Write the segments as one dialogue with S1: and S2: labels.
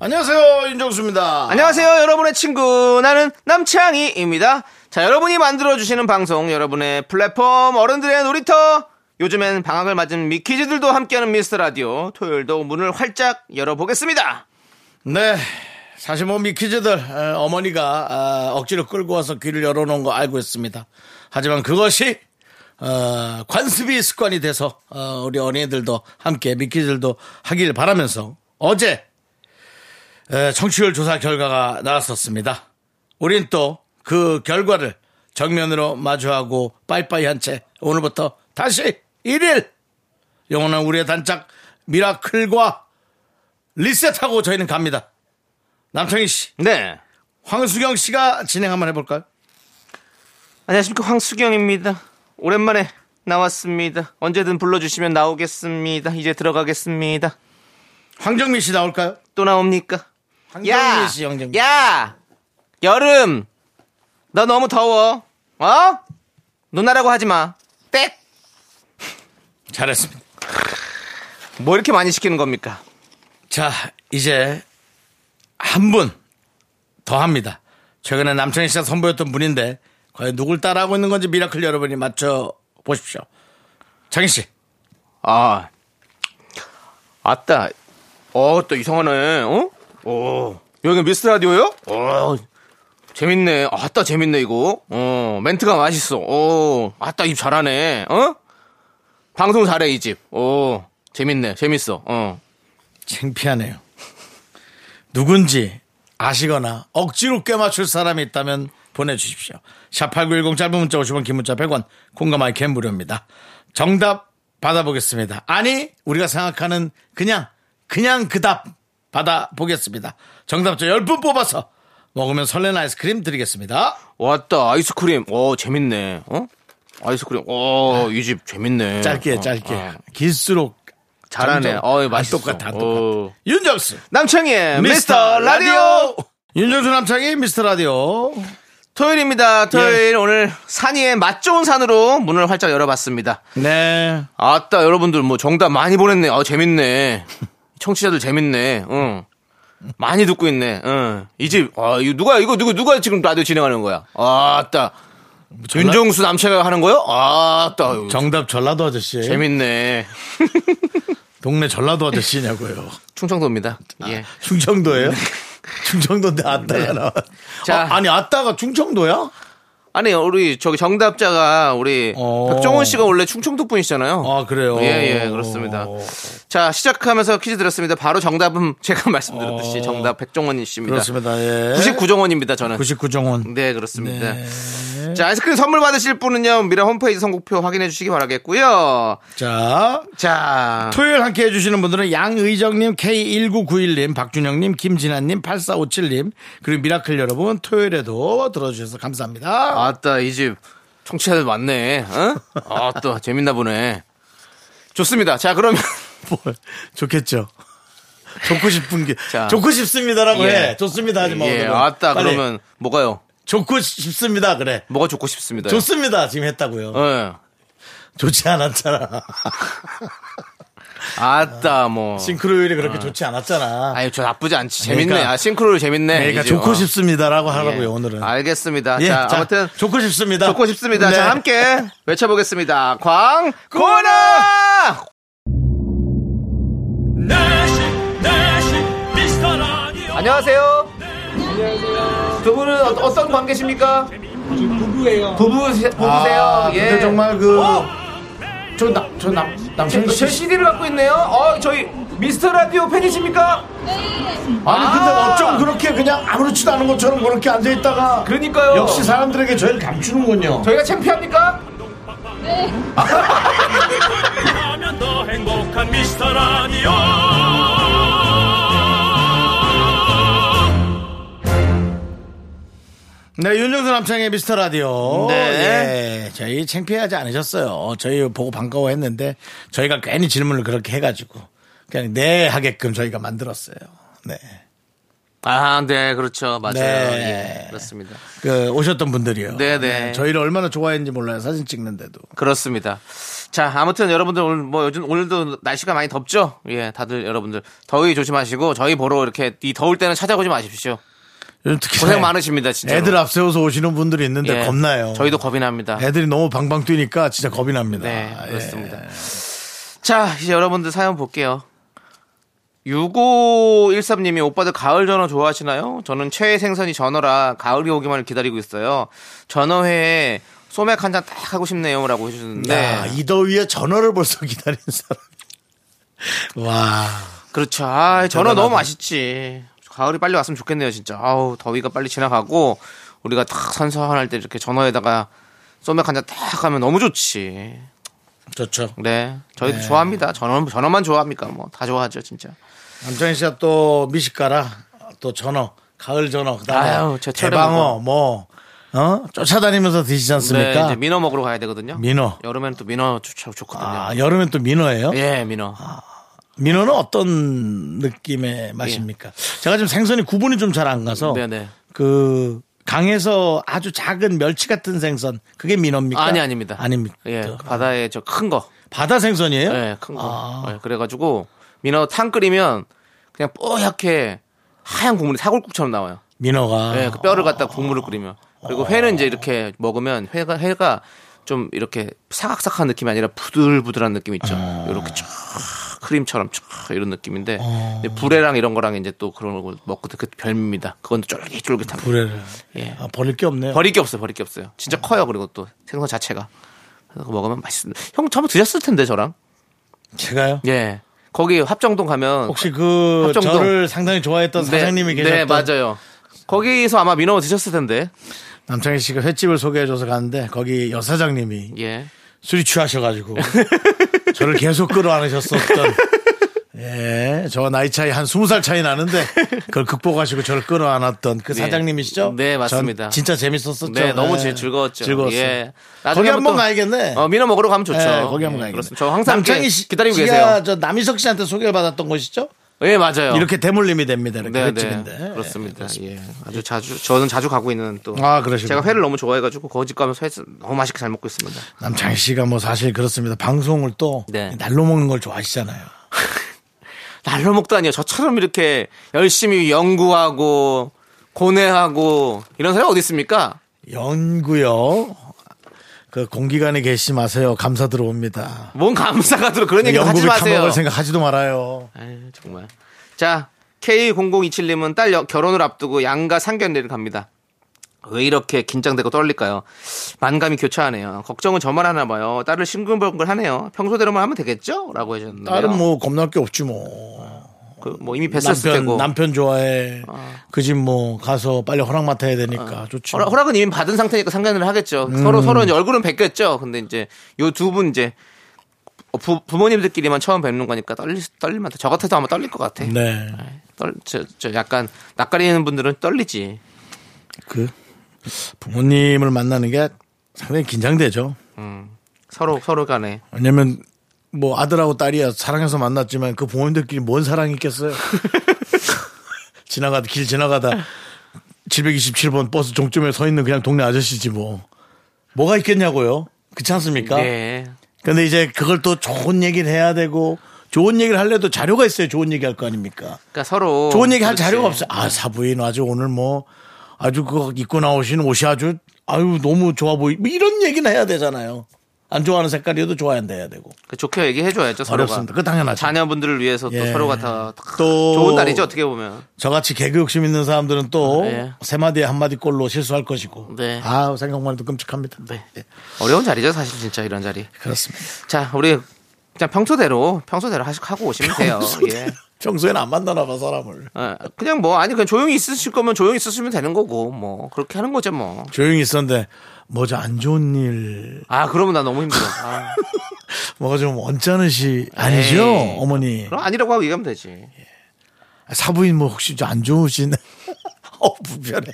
S1: 안녕하세요 윤정수입니다.
S2: 안녕하세요, 여러분의 친구. 나는 남창희입니다. 자, 여러분이 만들어주시는 방송, 여러분의 플랫폼, 어른들의 놀이터. 요즘엔 방학을 맞은 미키즈들도 함께하는 미스터 라디오. 토요일도 문을 활짝 열어보겠습니다.
S1: 네. 사실 뭐 미키즈들 어, 어머니가 아, 억지로 끌고 와서 귀를 열어놓은 거 알고 있습니다. 하지만 그것이 어, 관습이 습관이 돼서 어, 우리 어린이들도 함께 미키즈들도 하길 바라면서 어제 에, 청취율 조사 결과가 나왔었습니다. 우린 또 그 결과를 정면으로 마주하고 빠이빠이한 채 오늘부터 다시 1일 영원한 우리의 단짝 미라클과 리셋하고 저희는 갑니다. 남창희 씨,
S2: 네.
S1: 황수경 씨가 진행 한번 해볼까요?
S2: 안녕하십니까, 황수경입니다. 오랜만에 나왔습니다. 언제든 불러주시면 나오겠습니다. 이제 들어가겠습니다.
S1: 황정민 씨 나올까요?
S2: 또 나옵니까?
S1: 황정민 씨, 황정민.
S2: 야, 여름, 너 너무 더워. 어? 누나라고 하지 마. 땡.
S1: 잘했습니다.
S2: 뭐 이렇게 많이 시키는 겁니까?
S1: 자, 이제 한 분 더 합니다. 최근에 남창희 씨가 선보였던 분인데 과연 누굴 따라하고 있는 건지 미라클 여러분이 맞춰 보십시오. 창희 씨,
S2: 아, 아따. 어, 또 이상하네. 어? 오. 여기 미스 라디오요? 어. 재밌네. 아따, 재밌네, 이거. 어, 멘트가 맛있어. 어, 아따, 입 잘하네. 어? 방송 잘해, 이 집. 어, 재밌네. 재밌어. 어.
S1: 창피하네요. 누군지 아시거나 억지로 껴맞출 사람이 있다면 보내주십시오. 샵8910 짧은 문자 50원 긴 문자 100원 공감 아이캔 무료입니다. 정답 받아보겠습니다. 아니 우리가 생각하는 그냥 그냥 그 답 받아보겠습니다. 정답자 10분 뽑아서 먹으면 설레는 아이스크림 드리겠습니다.
S2: 왔다, 아이스크림. 어, 재밌네. 어? 아이스크림. 어, 이 집 재밌네.
S1: 짧게
S2: 어,
S1: 짧게
S2: 어.
S1: 길수록
S2: 잘하네.
S1: 점점
S2: 어,
S1: 안
S2: 맛있어.
S1: 똑같아, 안
S2: 어.
S1: 똑같아. 윤정수
S2: 남창희의 미스터 라디오!
S1: 윤정수 남창희 미스터 라디오
S2: 토요일입니다. 토요일
S1: 예.
S2: 오늘 산이의 맛 좋은 산으로 문을 활짝 열어봤습니다.
S1: 네
S2: 아따 여러분들 뭐 정답 많이 보냈네. 아 재밌네. 청취자들 재밌네. 응. 많이 듣고 있네. 응. 이집 아, 이거 누가 이거 누구 누가 지금 라디오 진행하는 거야? 아따 윤종수 남채가 하는 거요? 아따 아유,
S1: 정답 전라도 아저씨.
S2: 재밌네.
S1: 동네 전라도 아저씨냐고요.
S2: 충청도입니다.
S1: 아.
S2: 예.
S1: 충청도예요? 충청도인데 아따가 나와.
S2: 네. 자.
S1: 아, 아니 아따가 충청도야?
S2: 아니 우리 저기 정답자가 우리
S1: 어.
S2: 박정원 씨가 원래 충청도 분이시잖아요.
S1: 아 그래요. 어.
S2: 예, 예, 그렇습니다. 자, 시작하면서 퀴즈 드렸습니다. 바로 정답은 제가 말씀드렸듯이 정답 백종원 씨입니다.
S1: 어. 그렇습니다. 예.
S2: 99정원입니다, 저는.
S1: 99 정원.
S2: 네, 그렇습니다. 자, 아이스크림 선물 받으실 분은요, 미라 홈페이지 선곡표 확인해 주시기 바라겠고요.
S1: 자.
S2: 자,
S1: 토요일 함께 해주시는 분들은 양의정님, K1991님, 박준영님, 김진아님, 8457님, 그리고 미라클 여러분, 토요일에도 들어주셔서 감사합니다.
S2: 아따, 이 집 청취자들 많네. 어? 아따, 재밌나 보네. 좋습니다. 자, 그러면.
S1: 뭘. 좋겠죠. 좋고 싶은 게.
S2: 자.
S1: 좋고 싶습니다라고
S2: 예.
S1: 해. 좋습니다 하지 마.
S2: 예,
S1: 오늘은.
S2: 아따,
S1: 빨리.
S2: 그러면 뭐가요?
S1: 좋고 싶습니다. 그래.
S2: 뭐가 좋고 싶습니다.
S1: 좋습니다. 지금 했다고요.
S2: 예.
S1: 좋지
S2: 어.
S1: 않았잖아.
S2: 아따, 뭐.
S1: 싱크로율이 그렇게 좋지 않았잖아.
S2: 아유, 저 나쁘지 않지. 재밌네.
S1: 그러니까.
S2: 아, 싱크로율 재밌네.
S1: 그러니까
S2: 이제,
S1: 좋고
S2: 어.
S1: 싶습니다라고 하라고요,
S2: 예.
S1: 오늘은.
S2: 알겠습니다.
S1: 예,
S2: 자, 아무튼
S1: 좋고 싶습니다.
S2: 좋고 싶습니다.
S1: 네.
S2: 자, 함께 외쳐보겠습니다. 광고나!
S3: 내시 내시 미스터 라디오
S2: 안녕하세요. 두 분은 어, 어떤 관계십니까? 부부예요. 부부, 부부세요.
S1: 아,
S2: 예.
S1: 근데 정말 그.
S2: 어?
S1: 저, 남, 저 남, 남창희
S2: 제
S1: 씨.
S2: CD를 갖고 있네요. 어, 저희 미스터 라디오 팬이십니까?
S1: 아니, 근데
S2: 아.
S1: 어쩜 그렇게 그냥 아무렇지도 않은 것처럼 그렇게 앉아있다가.
S2: 그러니까요.
S1: 역시 사람들에게 저희를 감추는군요.
S2: 저희가 창피합니까?
S3: 하면 더 행복한 미스터 라디오
S1: 네, 윤정수 남창의 미스터 라디오.
S2: 네.
S1: 예, 저희 창피하지 않으셨어요. 저희 보고 반가워했는데 저희가 괜히 질문을 그렇게 해가지고 그냥 네 하게끔 저희가 만들었어요. 네.
S2: 아, 네, 그렇죠. 맞아요.
S1: 네.
S2: 예, 그렇습니다.
S1: 그 오셨던 분들이요.
S2: 네네.
S1: 저희를 얼마나 좋아했는지 몰라요. 사진 찍는데도.
S2: 그렇습니다. 자, 아무튼 여러분들 오늘 뭐 요즘 오늘도 날씨가 많이 덥죠? 예, 다들 여러분들 더위 조심하시고 저희 보러 이렇게 이 더울 때는 찾아오지 마십시오.
S1: 요즘 특히
S2: 고생 많으십니다, 진짜.
S1: 네. 애들 앞세워서 오시는 분들이 있는데 겁나요.
S2: 예. 저희도 겁이 납니다.
S1: 애들이 너무 방방 뛰니까 진짜 겁이 납니다.
S2: 네,
S1: 예.
S2: 그렇습니다. 자, 이제 여러분들 사연 볼게요. 6513님이 오빠들 가을 전어 좋아하시나요? 저는 최애 생선이 전어라 가을이 오기만을 기다리고 있어요. 전어회에 소맥 한 잔 딱 하고 싶네요. 라고 해주셨는데.
S1: 야, 이 더위에 전화를 벌써 기다린 사람. 와.
S2: 그렇죠. 아, 전어
S1: 대단하다.
S2: 너무 맛있지. 가을이 빨리 왔으면 좋겠네요, 진짜. 아우, 더위가 빨리 지나가고 우리가 딱 선선할 때 이렇게 전어에다가 소맥 한 잔 딱 하면 너무 좋지.
S1: 좋죠.
S2: 네. 저희도 좋아합니다. 전어, 전어만 좋아합니까? 뭐, 다 좋아하죠, 진짜.
S1: 남창희 씨가 또 미식가라, 또 전어, 가을 전어, 그다음에
S2: 아유, 제 철에
S1: 대방어,
S2: 먹어.
S1: 뭐, 어? 쫓아다니면서 드시지
S2: 네,
S1: 않습니까?
S2: 이제 민어 먹으러 가야 되거든요.
S1: 민어.
S2: 여름에는 또 민어 좋, 좋거든요.
S1: 아, 여름엔 또 민어예요?
S2: 예, 민어.
S1: 민어는 어떤 느낌의 맛입니까? 제가 지금 생선이 구분이 좀 잘 안 가서
S2: 예. 네네.
S1: 그 강에서 아주 작은 멸치 같은 생선 그게 민어입니까?
S2: 아니, 아닙니다.
S1: 아닙니까?
S2: 예, 그 바다에 저 큰 거.
S1: 바다 생선이에요?
S2: 예, 큰 거.
S1: 아.
S2: 예, 그래가지고 민어 탕 끓이면 그냥 뽀얗게 하얀 국물이 사골국처럼 나와요.
S1: 민어가
S2: 예, 그 뼈를 갖다 국물을 끓이면. 그리고 회는 이제 이렇게 먹으면 회가, 회가 좀 이렇게 사각사각한 느낌이 아니라 부들부들한 느낌 있죠.
S1: 아.
S2: 이렇게 쫙 크림처럼 쫙 이런 느낌인데
S1: 아.
S2: 근데 불에랑 이런 거랑 이제 또 그런 걸 먹고 그 별미입니다. 그건 쫄깃쫄깃한. 거.
S1: 불에를
S2: 예.
S1: 아, 버릴 게 없네요.
S2: 버릴 게 없어요. 버릴 게 없어요.
S1: 네.
S2: 진짜 커요. 그리고 또 생선 자체가. 그래서 그거 먹으면 맛있습니다. 형 저번 드셨을 텐데 저랑.
S1: 제가요?
S2: 예. 거기 합정동 가면
S1: 혹시 그
S2: 합정동.
S1: 저를 상당히 좋아했던
S2: 네,
S1: 사장님이 계셨던
S2: 네, 맞아요. 거기서 아마 민어 드셨을 텐데.
S1: 남창희 씨가 횟집을 소개해줘서 갔는데 거기 여사장님이
S2: 예.
S1: 술이 취하셔가지고 저를 계속 끌어안으셨었던 예, 저와 나이 차이 한 20살 차이 나는데 그걸 극복하시고 저를 끌어안았던 그
S2: 네.
S1: 사장님이시죠?
S2: 네, 맞습니다.
S1: 전 진짜 재밌었었죠.
S2: 네, 너무
S1: 예,
S2: 제- 즐거웠죠.
S1: 즐거웠어요.
S2: 예.
S1: 거기
S2: 나중에 한번
S1: 한번
S2: 또-
S1: 가야겠네.
S2: 어, 민어 먹으러 가면 좋죠.
S1: 예, 거기 한번 가야겠네.
S2: 예, 그렇습니다. 저 항상
S1: 남창희
S2: 이렇게
S1: 씨
S2: 기다리고
S1: 씨가
S2: 계세요.
S1: 저 남희석 씨한테 소개를 받았던 곳이죠?
S2: 예, 맞아요.
S1: 이렇게 대물림이 됩니다. 이렇게
S2: 네,
S1: 횟집인데.
S2: 네. 그렇습니다. 예. 아주 자주 저는 자주 가고 있는 또
S1: 아, 그러시구나.
S2: 제가 회를 너무 좋아해 가지고 거기 가면서 회 너무 맛있게 잘 먹고 있습니다.
S1: 남창희 씨가 뭐 사실 그렇습니다. 방송을 또
S2: 네.
S1: 날로 먹는 걸 좋아하시잖아요.
S2: 날로 먹다니요. 저처럼 이렇게 열심히 연구하고 고뇌하고 이런 사람이 어디 있습니까?
S1: 연구요. 그 공기관에 계시지 마세요. 감사 들어옵니다.
S2: 뭔 감사가 들어 그런 얘기 하지
S1: 영국을
S2: 마세요.
S1: 처먹을 생각하지도 말아요.
S2: 아유, 정말. 자, K0027님은 딸 여- 결혼을 앞두고 양가 상견례를 갑니다. 왜 이렇게 긴장되고 떨릴까요? 만감이 교차하네요. 걱정은 저만 하나 봐요. 딸을 싱글벙글 하네요. 평소대로만 하면 되겠죠? 라고 하셨는데.
S1: 딸은 뭐 겁날 게 없지 뭐.
S2: 그, 뭐 이미 뵀었을
S1: 남편
S2: 테고. 어.
S1: 남편 좋아해. 그 집 뭐 가서 빨리 허락 맡아야 되니까 좋지. 뭐.
S2: 그렇죠. 허락, 은 이미 받은 상태니까 상견례를 하겠죠.
S1: 음.
S2: 서로 서로 이제 얼굴은 뵙겠죠. 근데 이제 요 두 분 이제 어, 부, 모님들끼리만 처음 뵙는 거니까 떨리, 떨리면 저 같아도 아마 떨릴 것 같아.
S1: 네.
S2: 떨, 저, 저 약간 낯가리는 분들은 떨리지.
S1: 그 부모님을 만나는 게 상당히 긴장되죠.
S2: 서로 서로 간에.
S1: 왜냐면 뭐 아들하고 딸이야 사랑해서 만났지만 그 부모님들끼리 뭔 사랑이 있겠어요. 지나가다 길 지나가다 727번 버스 종점에 서 있는 그냥 동네 아저씨지 뭐 뭐가 있겠냐고요. 그렇지 않습니까?
S2: 네.
S1: 근데 이제 그걸 또 좋은 얘기를 해야 되고 좋은 얘기를 하려도 자료가 있어야 좋은 얘기 할 거 아닙니까?
S2: 그러니까 서로
S1: 좋은 얘기 할
S2: 그렇지.
S1: 자료가 없어요. 아, 사부인 아주 오늘 뭐 아주 그 입고 나오시는 옷이 아주 아유 너무 좋아 보이. 뭐 이런 얘기는 해야 되잖아요. 안 좋아하는 색깔이어도 좋아한다 야 되고.
S2: 그 좋게 얘기해 줘야죠. 서로가.
S1: 어렵습니다. 그거 당연하죠.
S2: 자녀분들을 위해서 또
S1: 예.
S2: 서로가 다, 다
S1: 또-
S2: 좋은 날이죠. 어떻게 보면.
S1: 저같이 개그 욕심 있는 사람들은 또
S2: 아, 예.
S1: 세 마디에 한 마디 꼴로 실수할 것이고.
S2: 네.
S1: 아, 생각만 해도 끔찍합니다. 예,
S2: 네. 어려운 자리죠, 사실 진짜 이런 자리.
S1: 그렇습니다.
S2: 자, 우리 그냥 평소대로 평소대로 하시- 하고 오시면 돼요. 예.
S1: 평소에는 안 만나나 봐 사람을.
S2: 어, 그냥 뭐 아니 그냥 조용히 있으실 거면 조용히 있으시면 되는 거고 뭐 그렇게 하는 거죠 뭐.
S1: 조용히 있었는데 뭐죠 안 좋은 일
S2: 아 그러면 나 너무 힘들어. 아,
S1: 뭐가 좀 언짢으시 아니죠
S2: 에이.
S1: 어머니
S2: 그럼 아니라고 하고 얘기하면 되지.
S1: 사부인 뭐 혹시 좀 안 좋으신 어 불편해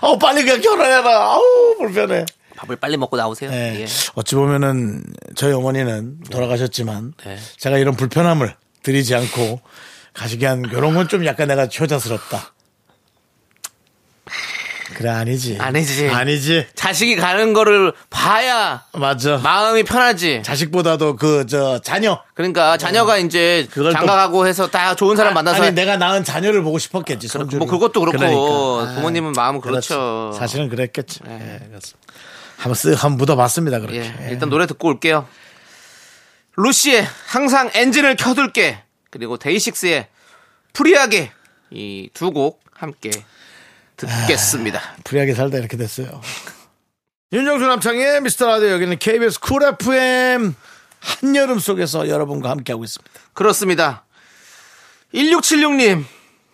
S1: 어, 빨리 그냥 결혼해라. 아우, 불편해.
S2: 밥을 빨리 먹고 나오세요.
S1: 네.
S2: 예.
S1: 어찌 보면은 저희 어머니는 돌아가셨지만
S2: 네.
S1: 제가 이런 불편함을 드리지 않고 가시게 한 이런 건 좀 약간 내가 효자스럽다. 그래 아니지.
S2: 아니지.
S1: 아니지.
S2: 자식이 가는 거를 봐야
S1: 맞아.
S2: 마음이 편하지.
S1: 자식보다도 그 저 자녀.
S2: 그러니까 자녀가 이제
S1: 그걸 또-
S2: 장가가고 해서 다 좋은 사람 만나서
S1: 아니 내가 낳은 자녀를 보고 싶었겠지. 손주를.
S2: 뭐 그것도 그렇고
S1: 그러니까.
S2: 부모님은 마음은
S1: 그렇지.
S2: 그렇죠. 네.
S1: 사실은 그랬겠지. 예, 그래서 한번 쓱 한번 묻어봤습니다. 그렇게.
S2: 예,
S1: 예.
S2: 일단 노래 듣고 올게요. 루시의 항상 엔진을 켜둘게 그리고 데이식스의 프리하게 이 두 곡 함께 듣겠습니다.
S1: 불리하게 살다 이렇게 됐어요. 윤정수 남창의 미스터 라디오 여기는 KBS 쿨 FM 한여름 속에서 여러분과 함께하고 있습니다.
S2: 그렇습니다. 1676님,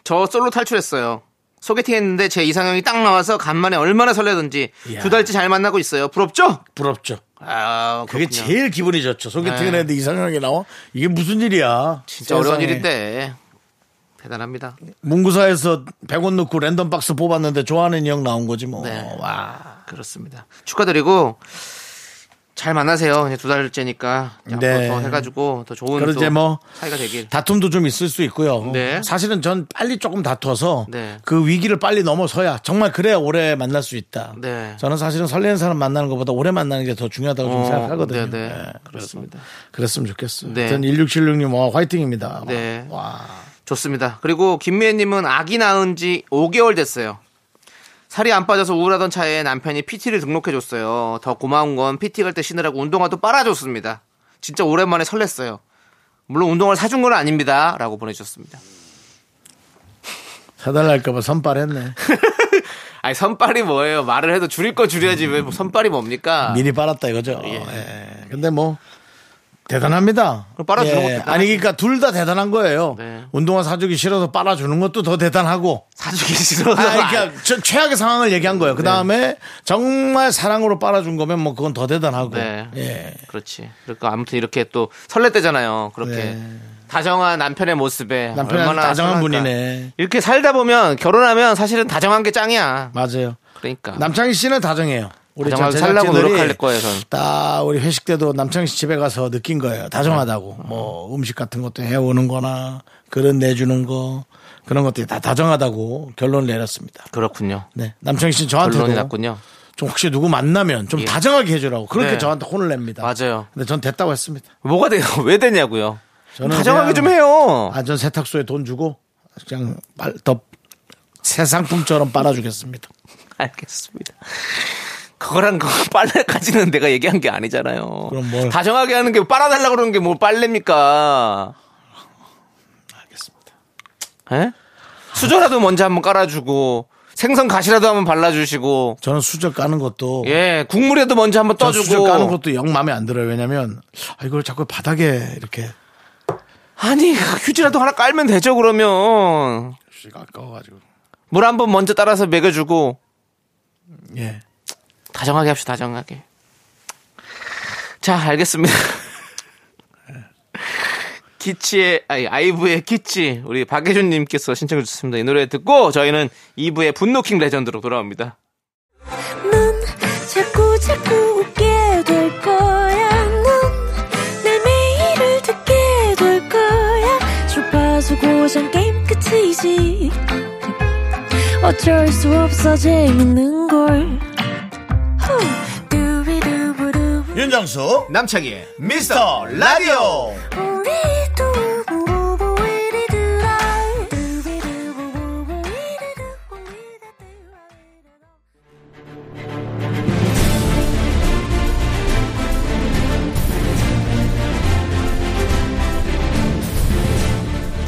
S2: 저 솔로 탈출했어요. 소개팅 했는데 제 이상형이 딱 나와서 간만에 얼마나 설레던지
S1: 이야.
S2: 두 달째 잘 만나고 있어요. 부럽죠?
S1: 부럽죠.
S2: 아,
S1: 그게
S2: 그렇군요.
S1: 제일 기분이 좋죠. 소개팅을
S2: 네.
S1: 했는데 이상형이 나와? 이게 무슨 일이야?
S2: 진짜 어려운
S1: 세상에.
S2: 일인데 대단합니다.
S1: 문구사에서 100원 넣고 랜덤 박스 뽑았는데 좋아하는 인형 나온 거지 뭐.
S2: 네.
S1: 와.
S2: 그렇습니다. 축하드리고 잘 만나세요. 이제 두 달째니까 이제 앞으로
S1: 네.
S2: 더 해가지고 더 좋은
S1: 그러지
S2: 또
S1: 뭐.
S2: 사이가 되길.
S1: 다툼도 좀 있을 수 있고요.
S2: 네.
S1: 사실은 전 빨리 조금 다투어서
S2: 네.
S1: 그 위기를 빨리 넘어서야 정말 그래야 오래 만날 수 있다.
S2: 네.
S1: 저는 사실은 설레는 사람 만나는 것보다 오래 만나는 게 더 중요하다고 좀
S2: 어,
S1: 생각하거든요.
S2: 네, 네.
S1: 그래서
S2: 그렇습니다.
S1: 그랬으면 좋겠어요.
S2: 네.
S1: 하여튼 1676님 와 화이팅입니다.
S2: 네.
S1: 와.
S2: 좋습니다. 그리고 김미애님은 아기 낳은 지 5개월 됐어요. 살이 안 빠져서 우울하던 차에 남편이 PT를 등록해줬어요. 더 고마운 건 PT 갈 때 신으라고 운동화도 빨아줬습니다. 진짜 오랜만에 설렜어요. 물론 운동화를 사준 건 아닙니다. 라고 보내주셨습니다.
S1: 사달랄까봐 선발했네.
S2: 아니, 선빨이 뭐예요? 말을 해도 줄일 거 줄여야지. 왜뭐 선빨이 뭡니까?
S1: 미리 빨았다 이거죠. 예. 근데 뭐 대단합니다.
S2: 그럼 빨아주는 것도 대단하죠.
S1: 아니 그러니까 둘 다 대단한 거예요.
S2: 네.
S1: 운동화 사주기 싫어서 빨아주는 것도 더 대단하고
S2: 사주기 싫어서.
S1: 아, 그러니까 최- 최악의 상황을 얘기한 거예요.
S2: 네.
S1: 그 다음에 정말 사랑으로 빨아준 거면 뭐 그건 더 대단하고.
S2: 네.
S1: 예.
S2: 그렇지. 그러니까 아무튼 이렇게 또 설렜대잖아요. 그렇게
S1: 네.
S2: 다정한 남편의 모습에
S1: 남편이
S2: 얼마나
S1: 다정한
S2: 설날까.
S1: 분이네.
S2: 이렇게 살다 보면 결혼하면 사실은 다정한 게 짱이야.
S1: 맞아요.
S2: 그러니까
S1: 남창희 씨는 다정해요. 우리
S2: 다정하게
S1: 전
S2: 살려고
S1: 제작진들이
S2: 노력할 거예요, 저는.
S1: 딱 우리 회식 때도 남창희 씨 집에 가서 느낀 거예요. 다정하다고.
S2: 네.
S1: 뭐 음식 같은 것도 해오는 거나 그릇 내주는 거 그런 것들이 다 다정하다고 결론을 내렸습니다.
S2: 그렇군요.
S1: 네. 남창희 씨는 저한테도
S2: 결론이 났군요.
S1: 좀 혹시 누구 만나면 좀
S2: 예.
S1: 다정하게 해주라고 그렇게
S2: 네.
S1: 저한테 혼을 냅니다.
S2: 맞아요.
S1: 근데 전 됐다고 했습니다.
S2: 뭐가 돼요? 왜 되냐고요?
S1: 저는
S2: 다정하게
S1: 그냥-
S2: 좀 해요.
S1: 안전 세탁소에 돈 주고 그냥 빨- 더 새상품처럼 빨아주겠습니다.
S2: 알겠습니다. 그거랑 그거 빨래까지는 내가 얘기한 게 아니잖아요.
S1: 그럼 뭘.
S2: 다정하게 하는 게 빨아달라고 그러는 게 뭐 빨래입니까?
S1: 알겠습니다.
S2: 에? 예? 수저라도 먼저 한번 깔아주고 생선 가시라도 한번 발라주시고
S1: 저는 수저 까는 것도
S2: 예 국물에도 먼저 한번
S1: 저
S2: 떠주고
S1: 수저 까는 것도 영 마음에 안 들어요. 왜냐면 아, 이걸 자꾸 바닥에 이렇게
S2: 아니 휴지라도 하나 깔면 되죠 그러면
S1: 수저가 아까워가지고
S2: 물 한번 먼저 따라서 먹여주고
S1: 예
S2: 다정하게 합시다 다정하게 자 알겠습니다 키치의 아니 아이브의 키치 우리 박예준님께서 신청해 주셨습니다 이 노래 듣고 저희는 2부의 분노킹 레전드로 돌아옵니다
S4: 넌 자꾸 자꾸 웃게 될 거야. 넌내 매일을 듣게 될 거야. 주파수 고정 게임 끝이지. 어쩔 수 없어 재밌는 걸. 후. 두비두부두.
S1: 윤정수
S2: 남창희의
S1: 미스터 라디오
S4: 우리 두부부부 우리들아. 두비두부부부 우리들아. 우리들아.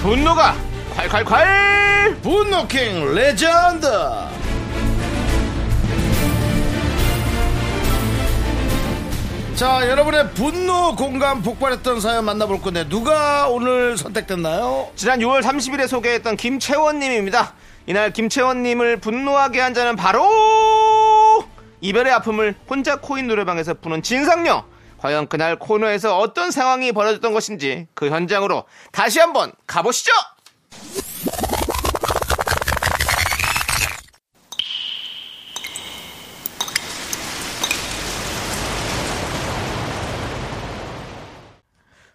S2: 분노가 콸콸콸
S1: 분노킹 레전드 자 여러분의 분노 공감 폭발했던 사연 만나볼 건데 누가 오늘 선택됐나요?
S2: 지난 6월 30일에 소개했던 김채원님입니다. 이날 김채원님을 분노하게 한 자는 바로 이별의 아픔을 혼자 코인 노래방에서 부는 진상녀. 과연 그날 코너에서 어떤 상황이 벌어졌던 것인지 그 현장으로 다시 한번 가보시죠.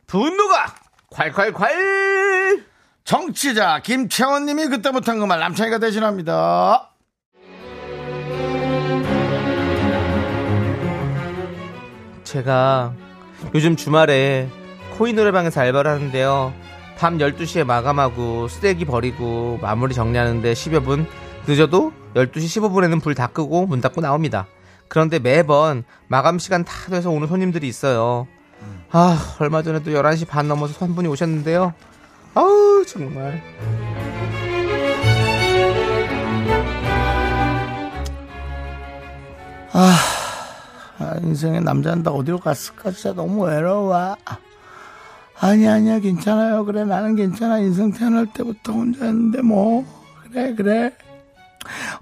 S5: 분노가 콸콸콸
S1: 정치자 김채원님이 그때 못한 그 말 남창이가 대신합니다.
S5: 제가 요즘 주말에 코인 노래방에서 알바를 하는데요. 밤 12시에 마감하고 쓰레기 버리고 마무리 정리하는데 10여 분 늦어도 12시 15분에는 불 다 끄고 문 닫고 나옵니다. 그런데 매번 마감 시간 다 돼서 오는 손님들이 있어요. 아, 얼마 전에도 11시 반 넘어서 한 분이 오셨는데요. 아우, 정말.
S1: 아, 인생에 남자는다 어디로 갔을까 진짜 너무 외로워. 아니 아니야 괜찮아요 그래 나는 괜찮아 인생 태어날 때부터 혼자였는데 뭐 그래 그래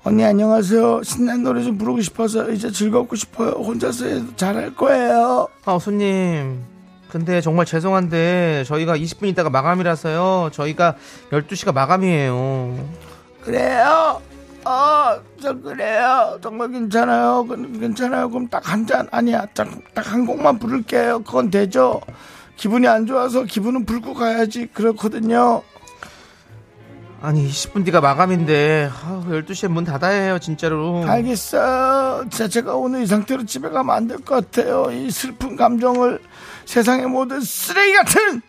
S1: 언니 안녕하세요 신나는 노래 좀 부르고 싶어서 이제 즐겁고 싶어요 혼자서 해도 잘할 거예요
S5: 아, 손님. 근데 정말 죄송한데 저희가 20분 있다가 마감이라서요. 저희가 12시가 마감이에요.
S1: 그래요 아, 어저 그래요 정말 괜찮아요 그- 괜찮아요 그럼 딱 한 잔 아니야 딱 한 곡만 부를게요 그건 되죠 기분이 안 좋아서 기분은 불고 가야지 그렇거든요
S5: 아니 20분 뒤가 마감인데 아, 12시에 문 닫아야 해요 진짜로
S1: 알겠어. 자, 제가 오늘 이 상태로 집에 가면 안 될 것 같아요. 이 슬픈 감정을 세상의 모든 쓰레기 같은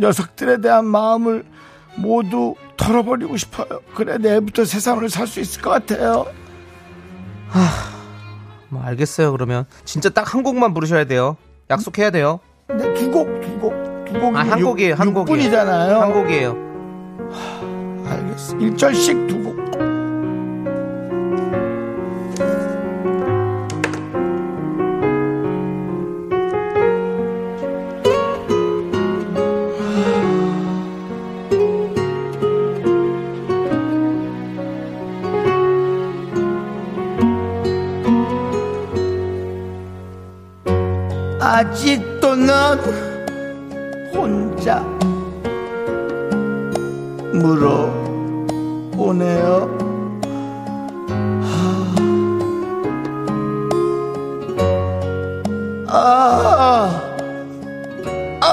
S1: 녀석들에 대한 마음을 모두 털어버리고 싶어요. 그래, 내일부터 세상을 살 수 있을 것 같아요.
S5: 뭐, 알겠어요 그러면 진짜 딱 한 곡만 부르셔야 돼요 약속해야 돼요
S1: 근데 네, 두 곡, 두 곡, 두 곡이
S5: 아, 한 곡이에요, 한 곡이에요.
S1: 분이잖아요.
S5: 한 곡이에요
S1: 알겠어. 1절씩 두 곡. 아직도 넌 혼자 물어 오네요. 아, 아,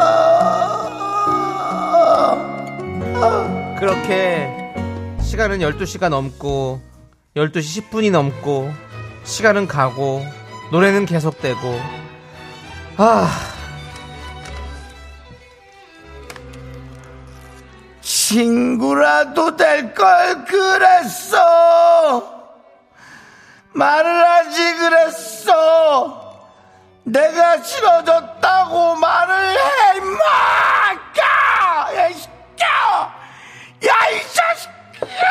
S1: 아, 아,
S5: 그렇게 시간은 12시가 넘고 12시 10분이 넘고 시간은 가고 노래는 계속되고 아
S1: 친구라도 될 걸 그랬어. 말을 하지 그랬어. 내가 싫어졌다고 말을 해, 임마! 까! 야, 이 새끼야! 야, 이 자식아!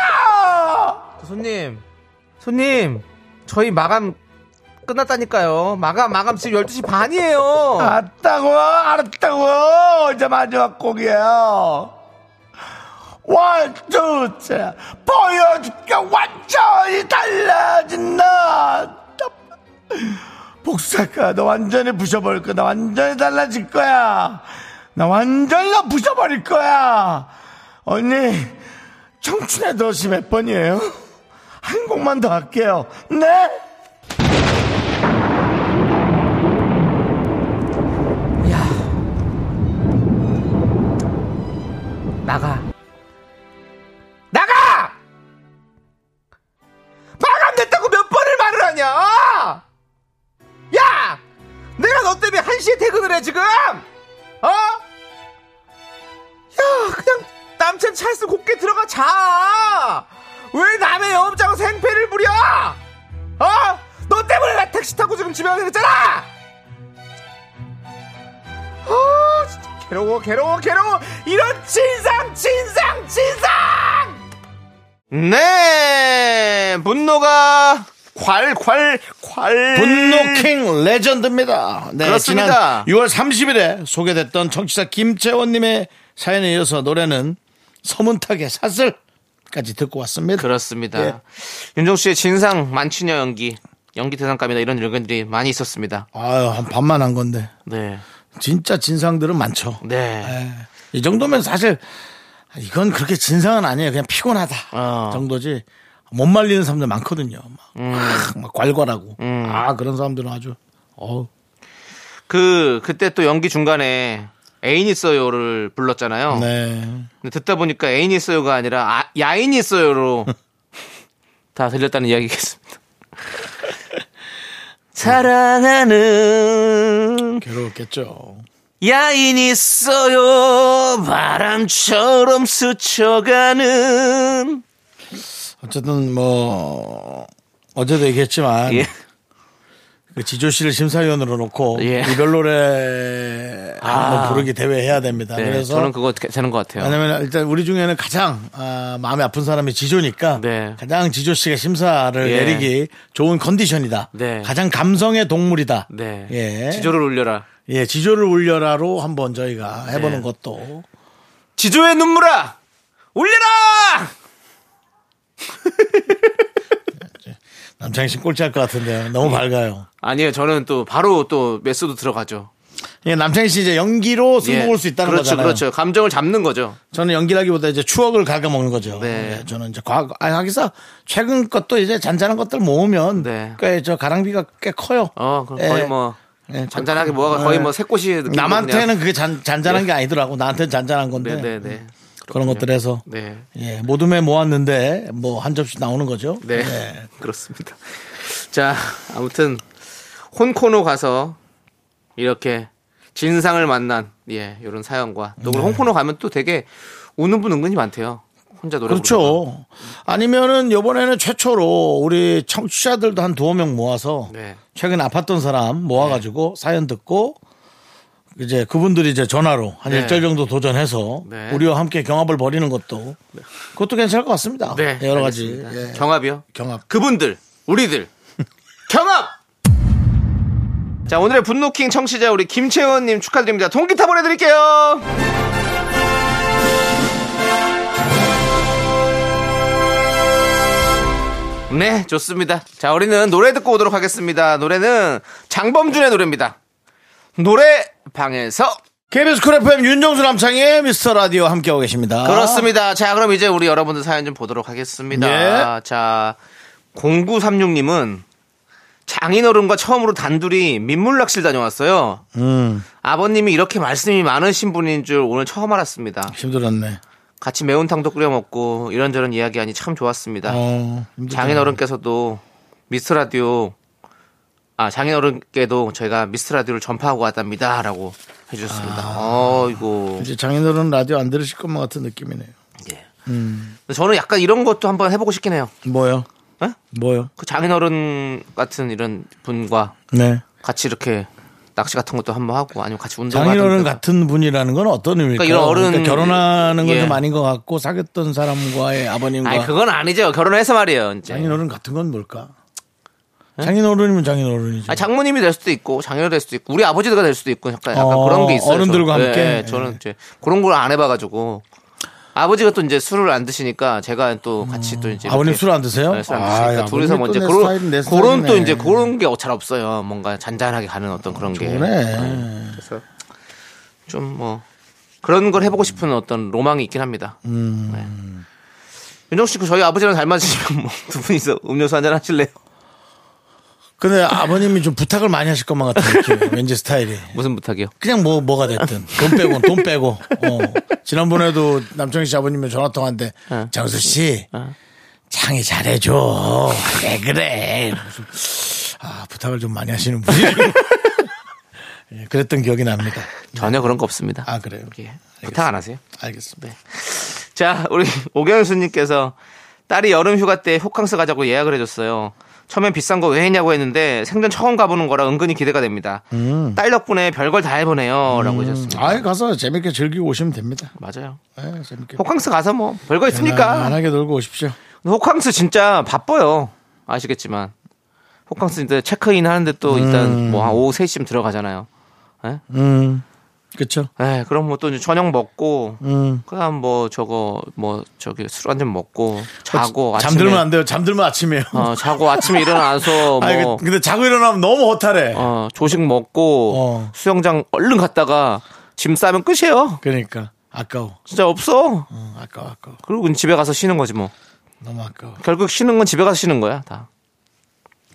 S5: 손님 손님 저희 마감 끝났다니까요 마감 마감 지금 12시 반이에요
S1: 알았다고, 알았다고! 이제 마지막 곡이에요. 원, 투, 쓰리. 보여줄게, 완전히 달라진 나. 복수할 거야. 너 완전히 부셔버릴 거야. 나 완전히 달라질 거야. 나 완전히 너 부셔버릴 거야. 언니, 청춘의 덫이 몇 번이에요? 한 곡만 더 할게요. 네?
S5: 나가. 나가! 마감됐다고 몇 번을 말을 하냐! 야! 내가 너 때문에 한시에 퇴근을 해, 지금! 어? 야, 그냥 남편 찰스 곱게 들어가 자! 왜 남의 영업장 생패를 부려! 어? 너 때문에 나 택시 타고 지금 집에 가게 됐잖아! 아, 진짜 괴로워, 괴로워, 괴로워! 이런 진상, 진상, 진상!
S2: 네, 분노가 콸콸콸.
S1: 분노킹 레전드입니다. 네,
S2: 그렇습니다.
S1: 지난 6월 30일에 소개됐던 정치자 김채원님의 사연에 이어서 노래는 서문탁의 사슬까지 듣고 왔습니다.
S2: 그렇습니다.
S1: 예.
S2: 윤종 씨의 진상 만취녀 연기, 연기 대상감이나 이런 의견들이 많이 있었습니다.
S1: 아유, 한 반만 한 건데.
S2: 네,
S1: 진짜 진상들은 많죠.
S2: 네.
S1: 예. 이 정도면 사실 이건 그렇게 진상은 아니에요. 그냥 피곤하다
S2: 어.
S1: 정도지. 못 말리는 사람들 많거든요. 막,
S2: 음.
S1: 아, 막 괄괄하고. 아, 그런 사람들은 아주, 어
S2: 그 그때 또 연기 중간에 애인 있어요를 불렀잖아요.
S1: 네.
S2: 근데 듣다 보니까 애인 있어요가 아니라 아- 야인 있어요로 다 들렸다는 이야기겠습니다. 사랑하는
S1: 괴로웠겠죠.
S2: 야인 있어요 바람처럼 스쳐가는
S1: 어쨌든 뭐, 어제도 얘기했지만.
S2: 예.
S1: 그 지조 씨를 심사위원으로 놓고
S2: 예. 아.
S1: 이별 노래 한번 부르기 대회 해야 됩니다.
S2: 네,
S1: 그래서
S2: 저는 그거 되는 것 같아요.
S1: 왜냐면 일단 우리 중에는 가장 아, 마음이 아픈 사람이 지조니까
S2: 네.
S1: 가장 지조 씨가 심사를
S2: 예.
S1: 내리기 좋은 컨디션이다.
S2: 네.
S1: 가장 감성의 동물이다.
S2: 네.
S1: 예.
S2: 지조를 울려라.
S1: 예, 지조를 울려라로 한번 저희가
S2: 네.
S1: 해보는 것도
S2: 지조의 눈물아! 울려라!
S1: 남창희 씨 꼴찌할 것 같은데요. 너무
S2: 예.
S1: 밝아요.
S2: 아니에요. 저는 또 바로 또 메소드 들어가죠.
S1: 예, 남창희 씨 이제 연기로 승부할
S2: 예.
S1: 수 있다는
S2: 그렇죠,
S1: 거잖아요.
S2: 그렇죠. 감정을 잡는 거죠.
S1: 저는 연기라기보다 이제 추억을 가가 먹는 거죠.
S2: 네.
S1: 예, 저는 이제 과거, 아, 하기사 최근 것도 이제 잔잔한 것들 모으면
S2: 네.
S1: 꽤저 가랑비가 꽤 커요.
S2: 어, 그럼 거의
S1: 예.
S2: 뭐
S1: 예, 저-
S2: 잔잔하게 뭐가 거의 뭐 새꼬시 느낌.
S1: 남한테는 그게 잔, 잔잔한 게 아니더라고. 나한테는 잔잔한 건데.
S2: 네, 네, 네.
S1: 그런 것들에서
S2: 네.
S1: 예, 모둠에 모았는데 뭐 한 접시 나오는 거죠. 예,
S2: 네. 그렇습니다. 자, 아무튼 혼코노 가서 이렇게 진상을 만난 예, 요런 사연과 또
S1: 네.
S2: 오늘 홍코노 가면 또 되게 우는 분 은근히 많대요. 혼자 노래 부르고.
S1: 그렇죠. 아니면은 요번에는 최초로 우리 청취자들도 한 두어 명 모아서
S2: 네.
S1: 최근 아팠던 사람 모아가지고 사연 듣고 이제 그분들이 이제 전화로 한
S2: 네.
S1: 일 1절 정도 도전해서
S2: 네.
S1: 우리와 함께 경합을 벌이는 것도 그것도 괜찮을 것 같습니다.
S2: 네.
S1: 여러 가지
S2: 알겠습니다.
S1: 예,
S2: 경합이요?
S1: 경합.
S2: 그분들, 우리들. 경합! 자, 오늘의 분노킹 청취자 우리 김채원님 축하드립니다. 통기타 보내드릴게요! 네, 좋습니다. 자, 우리는 노래 듣고 오도록 하겠습니다. 노래는 장범준의 노래입니다. 노래방에서.
S1: KBS 쿨 FM 윤정수 남창의 미스터 라디오 함께하고 계십니다.
S2: 그렇습니다. 자, 그럼 이제 우리 여러분들 사연 좀 보도록 하겠습니다. 자, 0936님은 장인어른과 처음으로 단둘이 민물 낚시를 다녀왔어요.
S1: 음,
S2: 아버님이 이렇게 말씀이 많으신 분인 줄 오늘 처음 알았습니다.
S1: 힘들었네.
S2: 같이 매운탕도 끓여 먹고 이런저런 이야기하니 참 좋았습니다.
S1: 어, 힘들다.
S2: 장인어른께서도 미스 라디오 아 장인어른께도 저희가 미스 라디오를 전파하고 왔답니다라고 해주셨습니다.
S1: 아,
S2: 어이고
S1: 이제 장인어른 라디오 안 들으실 것만 같은 느낌이네요.
S2: 예.
S1: 음.
S2: 저는 약간 이런 것도 한번 해보고 싶긴 해요.
S1: 뭐요?
S2: 에?
S1: 뭐요?
S2: 그 장인어른 같은 이런 분과
S1: 네.
S2: 같이 이렇게 낚시 같은 것도 한번 하고 아니면 같이 운동하는
S1: 장인어른 같은 분이라는 건 어떤 의미일까요?
S2: 그러니까 이런 어른-
S1: 결혼하는 건
S2: 예.
S1: 좀 아닌 것 같고 사귀었던 사람과의 아버님과
S2: 아니 그건 아니죠 결혼해서 말이에요 이제
S1: 장인어른 같은 건 뭘까? 장인어른이면 장인어른이죠.
S2: 예? 아니, 장모님이 될 수도 있고 장인어른 될 수도 있고 우리 아버지가 될 수도 있고 약간, 약간
S1: 어,
S2: 그런 게 있어요
S1: 어른들과
S2: 저는.
S1: 함께?
S2: 예, 예, 저는 이제 그런 걸 안 해봐가지고 아버지가 또 이제 술을 안 드시니까 제가 또 같이 또 이제
S1: 음. 아버님
S2: 이렇게
S1: 술 안 드세요?
S2: 네, 술안 드시니까
S1: 아이,
S2: 둘이서
S1: 아버님
S2: 먼저
S1: 또내 스타일은 내
S2: 그런 그런 또
S1: 스타일이네.
S2: 이제 그런 게 잘 없어요 뭔가 잔잔하게 가는 어떤 그런 게 네, 예.
S1: 그래.
S2: 그래서 좀 뭐 그런 걸 해보고 싶은 어떤 로망이 있긴 합니다.
S1: 음.
S2: 네. 윤정 씨, 그 저희 아버지랑 닮아지시면 뭐 두 분이서 음료수 한잔 하실래요?
S1: 근데 아버님이 좀 부탁을 많이 하실 것만 같은 느낌. 왠지 스타일이.
S2: 무슨 부탁이요?
S1: 그냥 뭐 뭐가 됐든 돈 빼고 돈 빼고. 어. 지난번에도 남청희 씨 아버님이 전화 통화인데
S2: 어.
S1: 장수 씨 창이 잘해줘. 왜 그래? 무슨, 아 부탁을 좀 많이 하시는 분이. 예, 그랬던 기억이 납니다.
S2: 전혀 그런 거 없습니다.
S1: 아 그래요.
S2: 예. 네. 부탁 안 하세요?
S1: 알겠습니다.
S2: 자, 우리 오경수님께서 딸이 여름 휴가 때 호캉스 가자고 예약을 해줬어요. 처음엔 비싼 거 왜 했냐고 했는데 생전 처음 가보는 거라 은근히 기대가 됩니다. 딸 덕분에 별걸 다 해보네요. 라고 하셨습니다.
S1: 음. 아예 가서 재밌게 즐기고 오시면 됩니다.
S2: 맞아요.
S1: 예, 재밌게.
S2: 호캉스 가서 뭐 별거 있습니까?
S1: 안하게 놀고 오십시오.
S2: 호캉스 진짜 바빠요. 아시겠지만. 호캉스 이제 체크인 하는데 또 일단 뭐 한 오후 3시쯤 들어가잖아요.
S1: 음, 그렇죠.
S2: 에 그럼 뭐 또 저녁 먹고,
S1: 음.
S2: 그다음 뭐 저거 뭐 저기 술 한 잔 먹고 자고 아침에
S1: 잠들면 안 돼요. 잠들면 아침이에요.
S2: 어, 자고 아침에 일어나서
S1: 아니,
S2: 뭐
S1: 그- 근데 자고 일어나면 너무 허탈해.
S2: 어, 조식 먹고
S1: 어.
S2: 수영장 얼른 갔다가 짐 싸면 끝이에요.
S1: 그러니까 아까워.
S2: 진짜 없어.
S1: 어, 아까워 아까워.
S2: 그리고 집에 가서 쉬는 거지 뭐.
S1: 너무 아까워.
S2: 결국 쉬는 건 집에 가서 쉬는 거야 다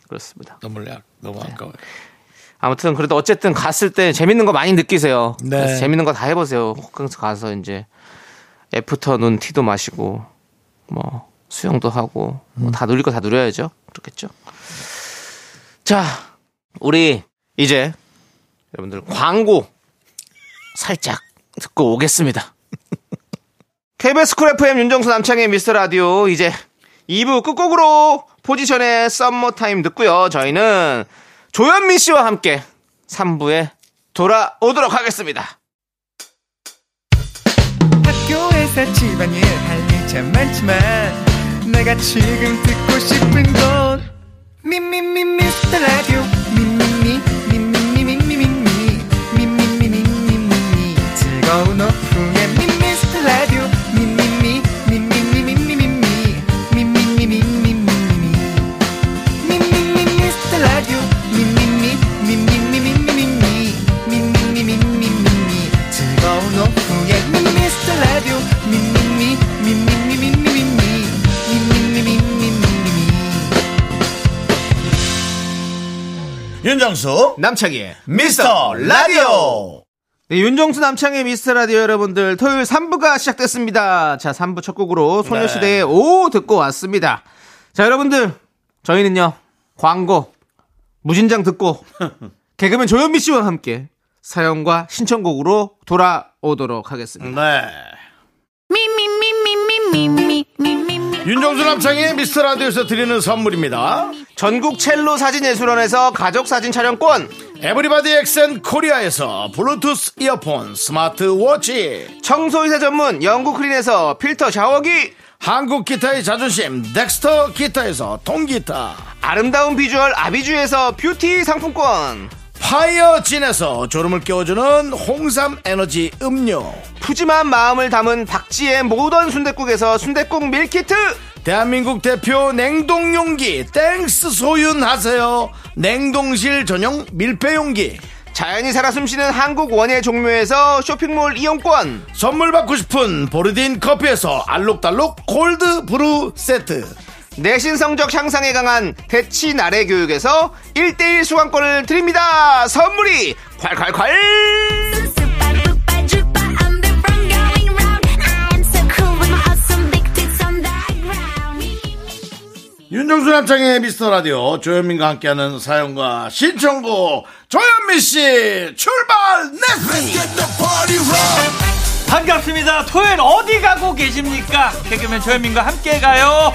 S2: 그렇습니다
S1: 너무 약, 너무 아까워.
S2: 아무튼 그래도 어쨌든 갔을 때 재밌는 거 많이 느끼세요
S1: 네.
S2: 그래서 재밌는 거 다 해보세요 호캉스 가서 이제 애프터 눈 티도 마시고 뭐 수영도 하고 뭐다 누릴 거 다 누려야죠 그렇겠죠 자 우리 이제 여러분들 광고 살짝 듣고 오겠습니다 KBS 쿨 FM 윤정수 남창의 미스터 라디오 이제 2부 끝곡으로 포지션의 썸머타임 듣고요. 저희는 조현민 씨와 함께 3부에 돌아오도록 하겠습니다.
S6: 학교에서 집안일 할 일 참 많지만 내가 지금 듣고 싶은 건 미미미 미스터 라디오 미미미 미미미 미미미 미미미 미미미 즐거운 오후에 미스터 라디오 미미미 미미미 미미미 미미미 미미미 미미미
S1: 윤정수
S2: 남창희의
S1: 미스터 라디오.
S2: 네, 윤정수 남창의 미스터 라디오 여러분들 토요일 3부가 시작됐습니다. 자, 3부 첫 곡으로 소녀시대의
S1: 네.
S2: 오 듣고 왔습니다. 자, 여러분들 저희는요 광고 무진장 듣고 개그맨 조현미 씨와 함께 사연과 신청곡으로 돌아오도록 하겠습니다.
S1: 네.
S7: 미미미미미미미미미미
S1: 윤정수 남창의 미스터 라디오에서 드리는 선물입니다.
S2: 전국 첼로 사진 예술원에서 가족 사진 촬영권,
S1: 에브리바디 엑센 코리아에서 블루투스 이어폰, 스마트 워치,
S2: 청소이사 전문 영국 크린에서 필터 샤워기,
S1: 한국 기타의 자존심, 덱스터 기타에서 통기타,
S2: 아름다운 비주얼 아비주에서 뷰티 상품권,
S1: 파이어진에서 졸음을 깨워주는 홍삼 에너지 음료,
S2: 푸짐한 마음을 담은 박지의 모던 순댓국에서 순댓국 밀키트,
S1: 대한민국 대표 냉동용기, 땡스 소윤하세요. 냉동실 전용 밀폐용기.
S2: 자연이 살아 숨쉬는 한국 원예 종묘에서 쇼핑몰 이용권,
S1: 선물 받고 싶은 보르딘 커피에서 알록달록 골드 브루 세트.
S2: 내신 성적 향상에 강한 대치 나래 교육에서 1대1 수강권을 드립니다. 선물이 콸콸콸!
S1: 윤정수 남창의 미스터 라디오 조현민과 함께하는 사연과 신청곡 조현민 씨 출발 넷
S8: 반갑습니다. 토요일 어디 가고 계십니까? 개그맨 조현민과 함께 가요.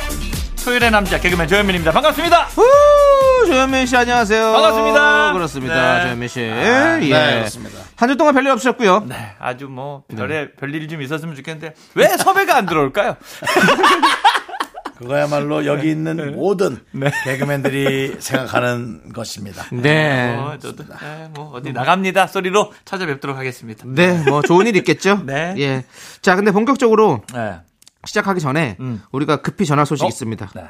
S8: 토요일의 남자 개그맨 조현민입니다. 반갑습니다.
S2: 후, 조현민 씨 안녕하세요.
S8: 반갑습니다.
S2: 그렇습니다.
S8: 네.
S2: 조현민 씨.
S8: 아,
S2: 예.
S1: 네, 그렇습니다.
S2: 한 주 동안 별일 없으셨고요.
S8: 아주 뭐
S2: 네.
S8: 별일 별일 좀 있었으면 좋겠는데 왜 섭외가 안 들어올까요?
S1: 그거야말로 여기
S2: 네.
S1: 있는 모든 개그맨들이 생각하는 것입니다.
S2: 네.
S8: 어, 저도 네, 뭐 어디 나갑니다 소리로 찾아뵙도록 하겠습니다.
S2: 네, 뭐 좋은 일 있겠죠?
S8: 네.
S2: 예. 자, 근데 본격적으로
S8: 네.
S2: 시작하기 전에
S8: 음.
S2: 우리가 급히 전할 소식이
S8: 어?
S2: 있습니다.
S8: 네.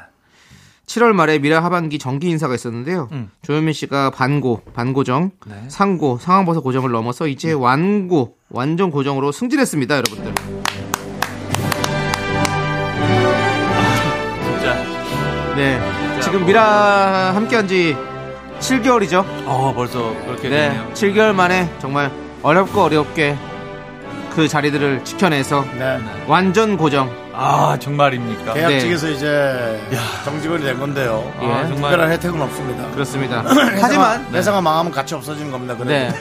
S2: 7월 말에 미라 하반기 정기 인사가 있었는데요.
S8: 음.
S2: 조현민 씨가 반고, 반고정,
S8: 네. 음.
S2: 상고, 상황버섯 고정을 넘어서 이제 완고, 완전 고정으로 승진했습니다, 여러분들.
S8: 진짜
S2: 네.
S8: 뭐.
S2: 지금 미라 함께한 지 7개월이죠.
S8: 어 벌써 그렇게
S2: 네,
S8: 되네요.
S2: 7개월 만에 정말 어렵고 어렵게 그 자리들을 지켜내서
S1: 네.
S2: 완전 고정. 예.
S8: 아 정말입니까?
S1: 계약직에서
S2: 네.
S1: 이제 정직원이 된 건데요.
S8: 아, 정말.
S1: 특별한 혜택은 없습니다.
S2: 그렇습니다.
S1: 회사가-
S2: 하지만 네.
S1: 회사가 망하면 같이 없어지는 겁니다. 그래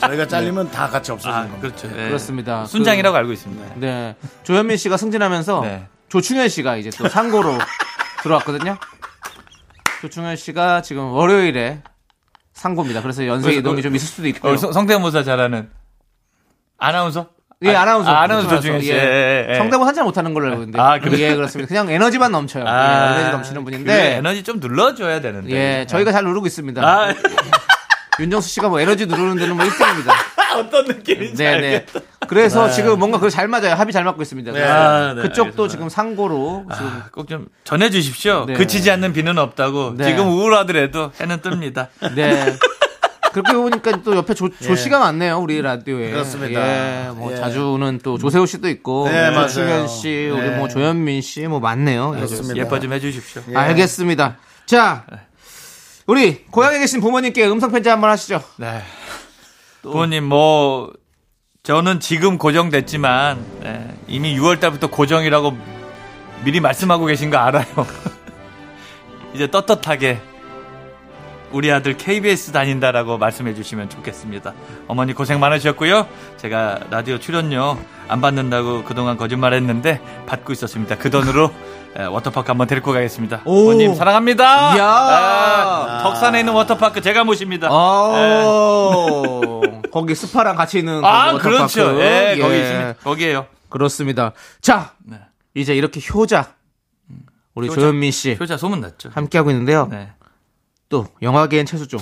S1: 저희가 잘리면 다 같이 없어지는
S8: 아
S1: 겁니다.
S8: 그렇죠. 네.
S2: 그렇습니다.
S8: 순장이라고 알고 있습니다.
S2: 그, 아, 네. 조현민 씨가 승진하면서
S8: 네.
S2: 조충현 씨가 이제 또 상고로 들어왔거든요. 조충현 씨가 지금 월요일에 상고입니다. 그래서 연쇄
S8: 그래서
S2: 이동이
S8: 그-
S2: 좀 있을 수도 있고요.
S8: 어, 성- 성대모사 잘하는 아나운서?
S2: 예, 아나운서.
S8: 아, 나운서 중에
S2: 예.
S8: 예, 예.
S2: 성대모 한잘 못하는 걸로 알고 있는데.
S8: 아, 그래요? 아,
S2: 예, 그렇습니다. 그냥 에너지만 넘쳐요. 예, 에너지 넘치는
S8: 그
S2: 분인데.
S8: 에너지 좀 눌러줘야 되는데.
S2: 예, 저희가 잘 누르고 있습니다.
S8: 아,
S2: 윤정수 씨가 뭐 에너지 누르는 데는 뭐 1등입니다.
S8: 어떤 느낌인지
S2: 네네. 그래서 지금 뭔가 그거 잘 맞아요. 합이 잘 맞고 있습니다. 그래서
S8: 아, 네,
S2: 그쪽도
S8: 알겠습니다.
S2: 지금 상고로 지금
S8: 꼭 좀 전해주십시오.
S2: 네.
S8: 그치지 않는 비는 없다고.
S2: 네.
S8: 지금 우울하더라도 해는 뜹니다.
S2: 네.
S5: 그렇게 보니까 또 옆에 조, 조씨가 많네요 우리 라디오에.
S1: 그렇습니다.
S5: 예, 뭐
S1: 예.
S5: 자주는 또 조세호 씨도 있고,
S1: 네,
S5: 뭐 조충현
S1: 맞아요.
S5: 씨, 우리
S1: 네.
S5: 뭐 조현민 씨, 뭐 많네요. 예,
S1: 그렇습니다.
S8: 예뻐 좀 해주십시오.
S5: 예. 알겠습니다. 자, 우리 고향에 계신 부모님께 음성 편지 한번 하시죠.
S8: 네. 부모님 뭐 저는 지금 고정됐지만 예, 이미 6월 달부터 고정이라고 미리 말씀하고 계신 거 알아요. 이제 떳떳하게 우리 아들 KBS 다닌다라고 말씀해 주시면 좋겠습니다. 어머니 고생 많으셨고요. 제가 라디오 출연료 안 받는다고 그동안 거짓말했는데 받고 있었습니다. 그 돈으로 예, 워터파크 한번 데리고 가겠습니다. 부모님 사랑합니다.
S5: 이야.
S8: 예, 덕산에 있는 워터파크 제가 모십니다. 예.
S5: 오, 어. 거기 스파랑 같이 있는
S8: 아,
S5: 아, 거기
S8: 그렇죠.
S5: 워터파크.
S8: 예,
S5: 예,
S8: 거기 있습니다. 거기에요.
S5: 그렇습니다. 자,
S8: 네.
S5: 이제 이렇게 효자 우리
S8: 효자.
S5: 조현민 씨
S8: 효자 소문 났죠.
S5: 함께 하고 있는데요.
S8: 네.
S5: 또 영화계엔 최수종,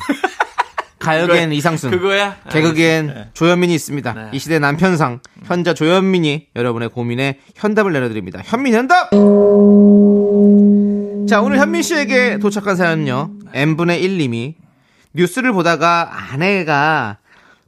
S5: 가요계엔 이상순,
S8: 그거야?
S5: 음. 개그계엔 조현민이 있습니다.
S8: 네.
S5: 이 시대 남편상 현자 조현민이 여러분의 고민에 현답을 내려드립니다. 현민 현답. 자 오늘 현민 씨에게 도착한 사연은요.
S8: 네.
S5: n 분의 1님이 뉴스를 보다가 아내가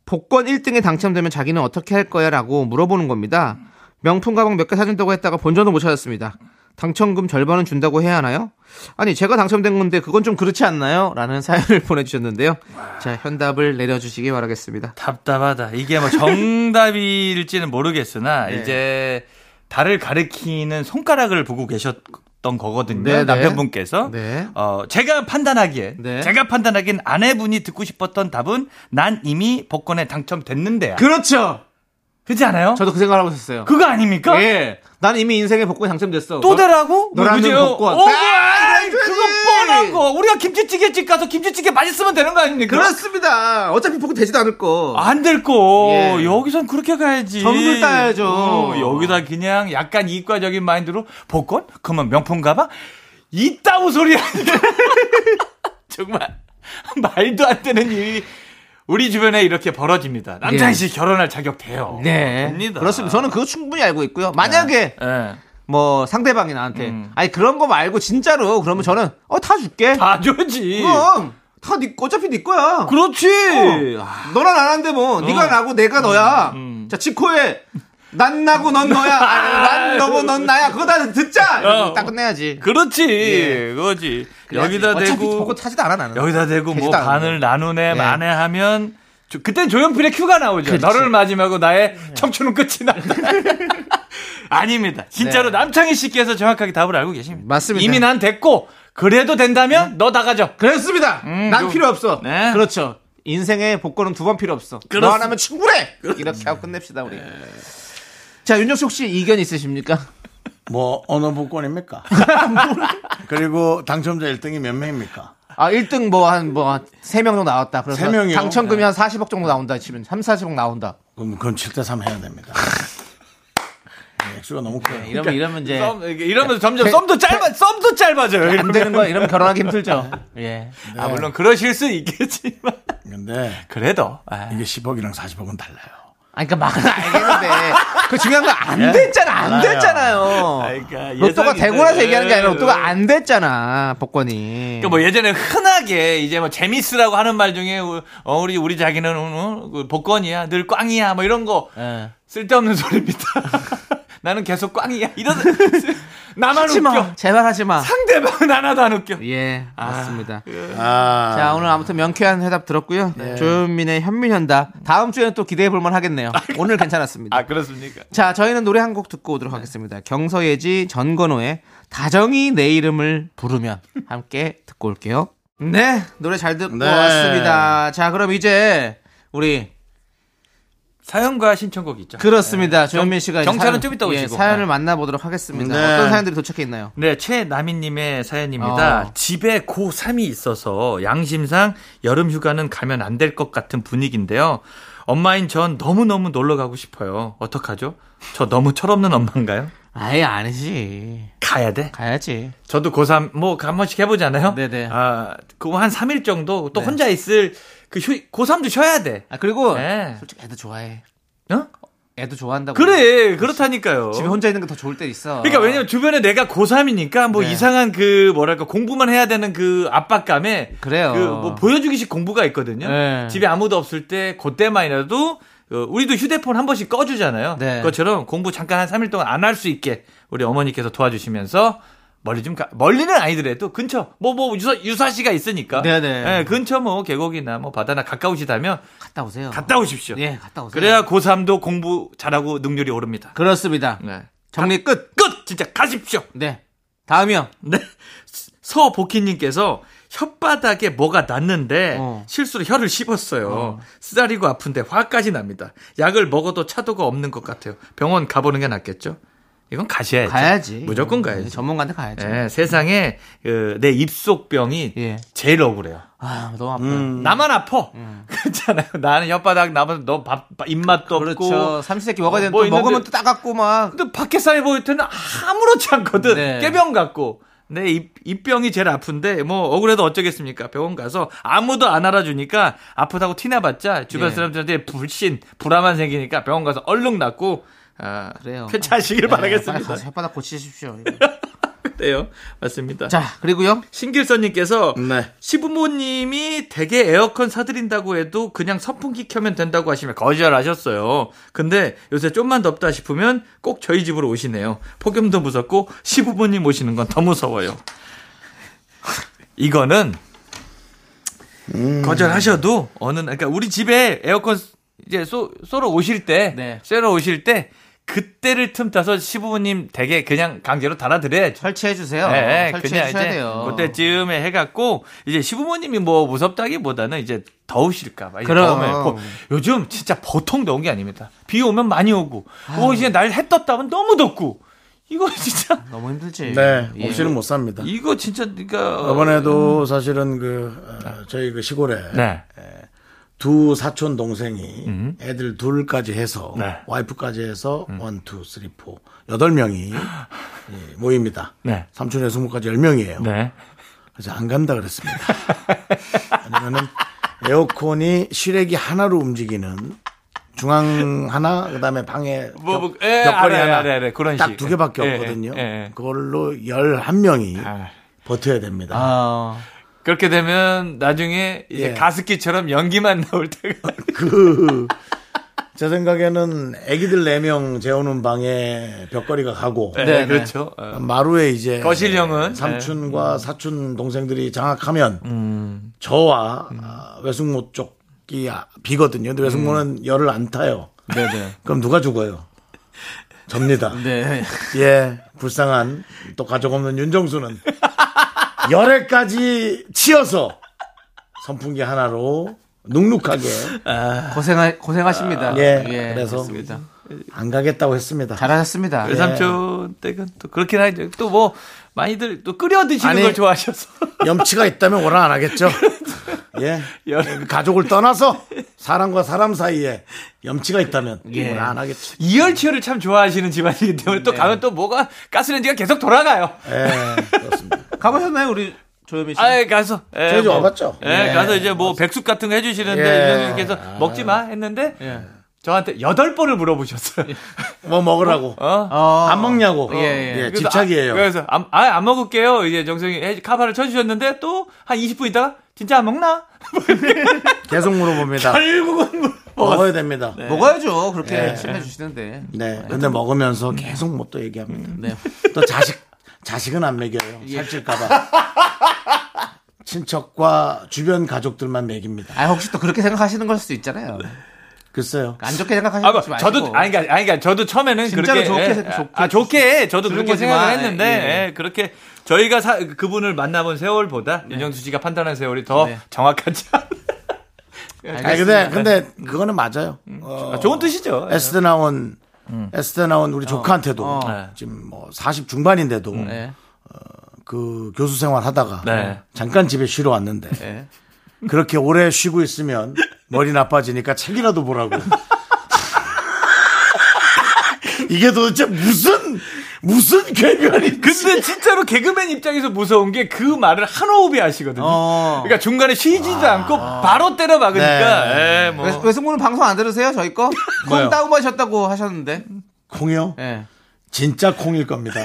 S5: 복권 1등에 당첨되면 자기는 어떻게 할 거야라고 물어보는 겁니다. 명품 가방 몇 개 사준다고 했다가 본전도 못 찾았습니다. 당첨금 절반은 준다고 해야 하나요? 아니 제가 당첨된 건데 그건 좀 그렇지 않나요? 라는 사연을 보내주셨는데요. 자 현답을 내려주시기 바라겠습니다.
S8: 답답하다. 이게 뭐 정답일지는 모르겠으나
S5: 네.
S8: 이제 달을 가리키는 손가락을 보고 계셨던 거거든요.
S5: 네, 네.
S8: 남편분께서.
S5: 네.
S8: 어, 제가 판단하기에
S5: 네.
S8: 제가 판단하기엔 아내분이 듣고 싶었던 답은 난 이미 복권에 당첨됐는데야. 그,
S5: 그렇죠.
S8: 렇지 않아요?
S5: 저도 그 생각하고 있었어요.
S8: 그거 아닙니까?
S5: 예. 난 이미 인생에 복권 당첨됐어.
S8: 또 되라고?
S5: 너라는
S8: 그죠?
S5: 복권.
S8: 어,
S5: 아,
S8: 아이,
S5: 그거지.
S8: 그거 뻔한 거. 우리가 김치찌개집 가서 김치찌개 맛있으면 되는 거 아닙니까?
S5: 그렇습니다. 어차피 복권 되지도 않을 거.
S8: 안 될 거.
S5: 예.
S8: 여기선 그렇게 가야지.
S5: 점수를 따야죠.
S8: 어, 여기다 그냥 약간 이과적인 마인드로 복권? 그러면 명품 가방? 이따구 소리 아니야. 정말 말도 안 되는 일이 우리 주변에 이렇게 벌어집니다. 남창희 씨 결혼할 자격 돼요.
S5: 예. 네.
S8: 됩니다.
S5: 그렇습니다. 저는 그거 충분히 알고 있고요. 만약에
S8: 예.
S5: 뭐 상대방이 나한테 아니 그런 거 말고 진짜로 그러면 저는 어 다 줄게.
S8: 다 줘지.
S5: 그럼 다 네, 어차피 네 거야.
S8: 그렇지.
S5: 어. 너랑 나는데 뭐 네가 나고 내가 너야. 자 지코에 난 나고 넌 너야. 음, 아, 어. 난 너고 넌 나야. 그거 다 듣자. 이러고 딱 끝내야지.
S8: 그렇지. 그거지.
S5: 예. 그래야지.
S8: 여기다
S5: 어차피
S8: 대고
S5: 저거 타지도 않아 나는.
S8: 여기다 대고 뭐
S5: 되지도 않아요.
S8: 반을 나누네
S5: 네.
S8: 만에 하면 조- 그땐 조연필의 큐가 나오죠. 너를 마지막으로 나의
S5: 예.
S8: 청춘은 끝이 난다. 아닙니다. 진짜로 남창희 씨께서 정확하게 답을 알고 계십니다.
S5: 네. 맞습니다. 네.
S8: 이미 난 됐고 그래도 된다면 너 나가죠.
S5: 그렇습니다. 음, 난
S8: 요-
S5: 필요 없어.
S8: 네.
S5: 그렇죠. 인생에 복권은 두 번 필요 없어. 너
S8: 그렇습-
S5: 하나면 충분해. 이렇게 하고 끝냅시다 우리. 자 윤정수 혹시 이견 있으십니까?
S1: 뭐 어느 복권입니까? 그리고 당첨자 1등이 몇 명입니까?
S5: 아, 1등 뭐 한, 뭐, 한 3명 정도 나왔다. 그래서
S1: 세 명이요?
S5: 당첨금이 한 40억 정도 나온다 치면. 3, 40억 나온다.
S1: 그럼 그건 7대3 해야 됩니다. 예, 액수가 너무 커요.
S5: 이러면, 이러면 이제.
S8: 썸, 이렇게
S5: 네.
S8: 이러면서 점점 썸도 짧아 썸도 짧아져요.
S5: 안 되는 거야. 이러면 결혼하기 힘들죠. 예.
S8: 아 물론 그러실 수 있겠지만
S1: 근데
S8: 그래도 아,
S5: 예.
S1: 이게 10억이랑 40억은 달라요.
S5: 아니, 그니까 막은 알겠는데. 그 중요한 건 안 됐잖아. 안
S1: 알아요.
S5: 됐잖아요.
S8: 그러니까
S5: 로또가
S8: 예상이
S5: 되고 나서
S8: 돼요. 예.
S5: 얘기하는 게 아니라 로또가 안 됐잖아. 복권이.
S8: 그러니까 뭐 예전에 흔하게 이제 뭐 재미스라고 하는 말 중에 어, 우리 우리 자기는 어, 그 복권이야 늘 꽝이야 뭐 이런 거
S5: 예.
S8: 쓸데없는 소리입니다. 나는 계속 꽝이야 이런 나만
S5: 하지 마.
S8: 웃겨
S5: 제발 하지 마.
S8: 상대방은 하나도 안 웃겨.
S5: 예, 맞습니다.
S1: 아,
S5: 자, 오늘 아무튼 명쾌한 해답 들었고요. 조현민의 현민현답. 다음 주에는 또 기대해 볼만 하겠네요. 오늘 괜찮았습니다.
S8: 아 그렇습니까?
S5: 자, 저희는 노래 한 곡 듣고 오도록 하겠습니다. 경서예지 전건호의 다정이 내 이름을 부르면 함께 듣고 올게요. 네, 노래 잘 듣고
S1: 네.
S5: 왔습니다. 자, 그럼 이제 우리
S8: 사연과 신청곡 있죠.
S5: 그렇습니다. 조현민 씨가 이제
S8: 네. 경찰은 좀 이따
S5: 예,
S8: 오시고.
S5: 사연을 만나보도록 하겠습니다.
S1: 네.
S5: 어떤 사연들이 도착해 있나요?
S8: 네, 최나민님의 사연입니다.
S5: 어.
S8: 집에 고3이 있어서 양심상 여름 휴가는 가면 안 될 것 같은 분위기인데요. 엄마인 전 너무너무 놀러 가고 싶어요. 어떡하죠? 저 너무 철없는 엄마인가요?
S5: 아예 아니지.
S8: 가야 돼?
S5: 가야지.
S8: 저도 고3, 뭐, 한 번씩 해보잖아요?
S5: 네네. 네.
S8: 아, 그거 한 3일 정도 또 혼자 있을 그 휴, 고3도 쉬어야 돼.
S5: 아, 그리고
S8: 네.
S5: 솔직히 애들 좋아해.
S8: 어?
S5: 애도 좋아한다고.
S8: 그래 그렇다니까요.
S5: 어. 집에 혼자 있는 게 더 좋을 때 있어.
S8: 그러니까 왜냐면 주변에 내가 고3이니까 뭐
S5: 아. 네.
S8: 이상한 그 뭐랄까 공부만 해야 되는 그 압박감에
S5: 그래요.
S8: 그 뭐 보여주기식 공부가 있거든요.
S5: 네.
S8: 집에 아무도 없을 때 그때만이라도 어, 우리도 휴대폰 한 번씩 꺼주잖아요.
S5: 네.
S8: 그것처럼 공부 잠깐 한 3일 동안 안 할 수 있게 우리 어머니께서 도와주시면서 멀리 좀 가, 멀리는 아니더라도 근처 뭐 뭐 유사 유사시가 있으니까
S5: 네네.
S8: 예, 근처 뭐 계곡이나 뭐 바다나 가까우시다면
S5: 갔다 오세요.
S8: 갔다 오십시오.
S5: 예, 갔다 오세요.
S8: 그래야 고3도 공부 잘하고 능률이 오릅니다.
S5: 그렇습니다.
S8: 네.
S5: 정리 끝.
S8: 끝 진짜 가십시오.
S5: 네. 다음이요.
S8: 네. 서복희님께서 혓바닥에 뭐가 났는데
S5: 어.
S8: 실수로 혀를 씹었어요. 쓰다리고 아픈데 화까지 납니다. 약을 먹어도 차도가 없는 것 같아요. 병원 가보는 게 낫겠죠? 이건 가셔야죠.
S5: 가야지.
S8: 무조건 가야지.
S5: 네, 전문가한테 가야지.
S8: 예, 세상에 그, 내 입속병이
S5: 예.
S8: 제일 억울해요.
S5: 아, 너무 아파.
S8: 나만 아파.
S5: 음.
S8: 그렇잖아요. 나는 혓바닥 나면 너 밥, 입맛도
S5: 그렇죠.
S8: 없고
S5: 삼시세끼 먹어야 되는데
S8: 뭐
S5: 또 먹으면
S8: 있는데-
S5: 또 따갑고 막.
S8: 근데 밖에 사람이 보일 때는 아무렇지 않거든.
S5: 네.
S8: 깨병 같고. 내 입, 입병이 제일 아픈데, 뭐, 억울해도 어쩌겠습니까? 병원 가서 아무도 안 알아주니까 아프다고 티나봤자 주변
S5: 예.
S8: 사람들한테 불신, 불화만 생기니까 병원 가서 얼른 낫고, 아,
S5: 그래요. 네.
S8: 쾌차하시길
S5: 빨리
S8: 바라겠습니다. 네.
S5: 가서 혓바닥 고치십시오.
S8: 그래요. 맞습니다.
S5: 자, 그리고요.
S8: 신길선님께서
S1: 네.
S8: 시부모님이 대게 에어컨 사드린다고 해도 그냥 선풍기 켜면 된다고 하시면 거절하셨어요. 근데 요새 좀만 덥다 싶으면 꼭 저희 집으로 오시네요. 폭염도 무섭고 시부모님 오시는 건 더 무서워요. 이거는 거절하셔도 어느 날 그러니까 우리 집에 에어컨 이제 쏘, 쏘러 오실 때
S5: 네.
S8: 쐬러 오실 때 그때를 틈타서 시부모님 댁에 그냥 강제로 달아드려야죠.
S5: 어, 설치해주세요.
S8: 예, 그냥
S5: 설치해주셔야
S8: 이제
S5: 돼요.
S8: 그때쯤에 해갖고 이제 시부모님이 뭐 무섭다기보다는 이제 더우실까봐. 이제
S5: 그럼.
S8: 더우면 고- 요즘 진짜 보통 더운 게 아닙니다. 비 오면 많이 오고, 어 이제 날 해 떴다면 너무 덥고. 이거 진짜
S5: 너무 힘들지.
S1: 네,
S5: 예.
S1: 없이는 못 삽니다.
S8: 이거 진짜 그러니까
S1: 이번에도 사실은 그 어, 저희 그 시골에
S8: 네. 음.
S1: 두 사촌 동생이 애들 둘까지 해서
S8: 네. 음.
S1: 와이프까지 해서 원, 투, 쓰리, 포 여덟 명이 예, 모입니다.
S8: 네.
S1: 삼촌의 스무까지 열 명이에요.
S8: 네.
S1: 그래서 안 간다 그랬습니다. 아니면은 에어컨이 실외기 하나로 움직이는 중앙 하나 그다음에 방에
S8: 뭐, 뭐,
S1: 벽-
S8: 예,
S1: 벽걸이
S8: 알아요,
S1: 하나
S8: 알아요, 알아요. 그런
S1: 딱
S8: 식.
S1: 두 개밖에
S8: 예,
S1: 없거든요.
S8: 예, 예.
S1: 그걸로 11명이
S8: 아.
S1: 버텨야 됩니다.
S5: 아,
S8: 그렇게 되면 나중에 이제
S1: 예.
S8: 가습기처럼 연기만 나올 때가
S1: 그, 제 생각에는 애기들 4명 재우는 방에 벽걸이가 가고,
S8: 네, 그렇죠. 어.
S1: 마루에 이제
S5: 네.
S8: 거실형은?
S5: 음.
S1: 삼촌과 사촌 동생들이 장악하면 저와
S5: 음.
S1: 아, 외숙모 쪽이 아- 비거든요. 근데 외숙모는 열을 안 타요.
S5: 음. 네네.
S1: 그럼 누가 죽어요? 접니다.
S5: 네.
S1: 예, 불쌍한 또 가족 없는 윤정수는 열에까지 치여서 선풍기 하나로 눅눅하게
S5: 고생하, 고생하십니다.
S1: 예, 그래서 예.
S5: 그렇습니다.
S1: 안 가겠다고 했습니다.
S8: 네.
S5: 잘하셨습니다.
S8: 그
S5: 예.
S8: 외삼촌 댁은 또 그렇긴 하죠. 또 뭐 많이들 또 끓여 드시는
S1: 아니,
S8: 걸 좋아하셔서.
S1: 염치가 있다면 오라 안 하겠죠. 예.
S5: 네,
S8: 열-
S1: 가족을 떠나서 사람과 사람 사이에 염치가 있다면 오라 안 하겠죠.
S8: 이열치열을 참 좋아하시는 집안이기 때문에
S1: 네.
S8: 또 가면 또 뭐가 가스레인지가 계속 돌아가요.
S1: 예. 그렇습니다.
S5: 가보셨나요, 우리 조현미 씨?
S1: 그렇죠.
S8: 아예 가서 예,
S1: 저희 집 와봤죠?
S8: 예,
S5: 예,
S8: 가서 이제 뭐 백숙 같은 거 해주시는데
S1: 네. 예.
S8: 이장님께서 먹지 마 했는데 저한테 여덟 번을 물어보셨어요.
S1: 뭐 먹으라고.
S8: 어?
S5: 어.
S1: 안 먹냐고.
S5: 예, 예.
S1: 예,
S8: 그래서
S1: 집착이에요.
S8: 아, 그래서 안, 아, 안 먹을게요. 이제 정성이 해- 카바를 쳐주셨는데 또 한 20분 있다가 진짜 안 먹나?
S1: 계속 물어봅니다.
S8: 결국은
S1: 먹어야 됩니다.
S5: 네. 예. 먹어야죠. 그렇게
S1: 예.
S5: 신뢰 주시는데.
S1: 네. 근데 먹으면서 계속 뭐 또 얘기합니다.
S5: 네.
S1: 또 자식 자식은 안 먹여요. 살찔까봐. 친척과 주변 가족들만 먹입니다.
S5: 아, 혹시 또 그렇게 생각하시는 걸 수도 있잖아요.
S1: 글쎄요.
S5: 안 좋게 생각하시는
S8: 아, 뭐,
S5: 거지 마시고.
S8: 저도 아니 그러니까, 아니 그러니까 저도 처음에는
S5: 진짜로
S8: 그렇게
S5: 좋게
S8: 예,
S5: 생- 좋게
S8: 아 좋게 저도
S5: 들은
S8: 그렇게
S5: 거지만,
S8: 생각을 했는데
S5: 예, 예.
S8: 예, 그렇게 저희가 사- 그분을 만나본 세월보다 윤정수 씨가 판단한 세월이 더
S5: 네.
S8: 정확하지 않나
S1: 아니, 근데 근데 그거는 맞아요.
S5: 어.
S8: 아, 좋은 뜻이죠. 예.
S1: 에스대 나온 에스대 나온 우리 조카한테도
S5: 어.
S8: 네.
S1: 지금 뭐 40 중반인데도
S5: 네.
S1: 그 교수 생활 하다가
S8: 네.
S1: 잠깐 집에 쉬러 왔는데
S5: 네.
S1: 그렇게 오래 쉬고 있으면 머리 나빠지니까 책이라도 보라고. 이게 도대체 무슨 무슨 개면이
S8: 근데 진짜로 개그맨 입장에서 무서운 게 그 말을 한 호흡이 하시거든요.
S5: 어. 아.
S8: 그러니까 중간에 쉬지도 않고 바로 때려 박으니까. 에이, 뭐.
S5: 외- 외승모는 방송 안 들으세요? 저희 거?
S8: 뭐요?
S5: 콩 다운받으셨다고 하셨는데.
S1: 콩이요?
S5: 예.
S1: 진짜 콩일 겁니다.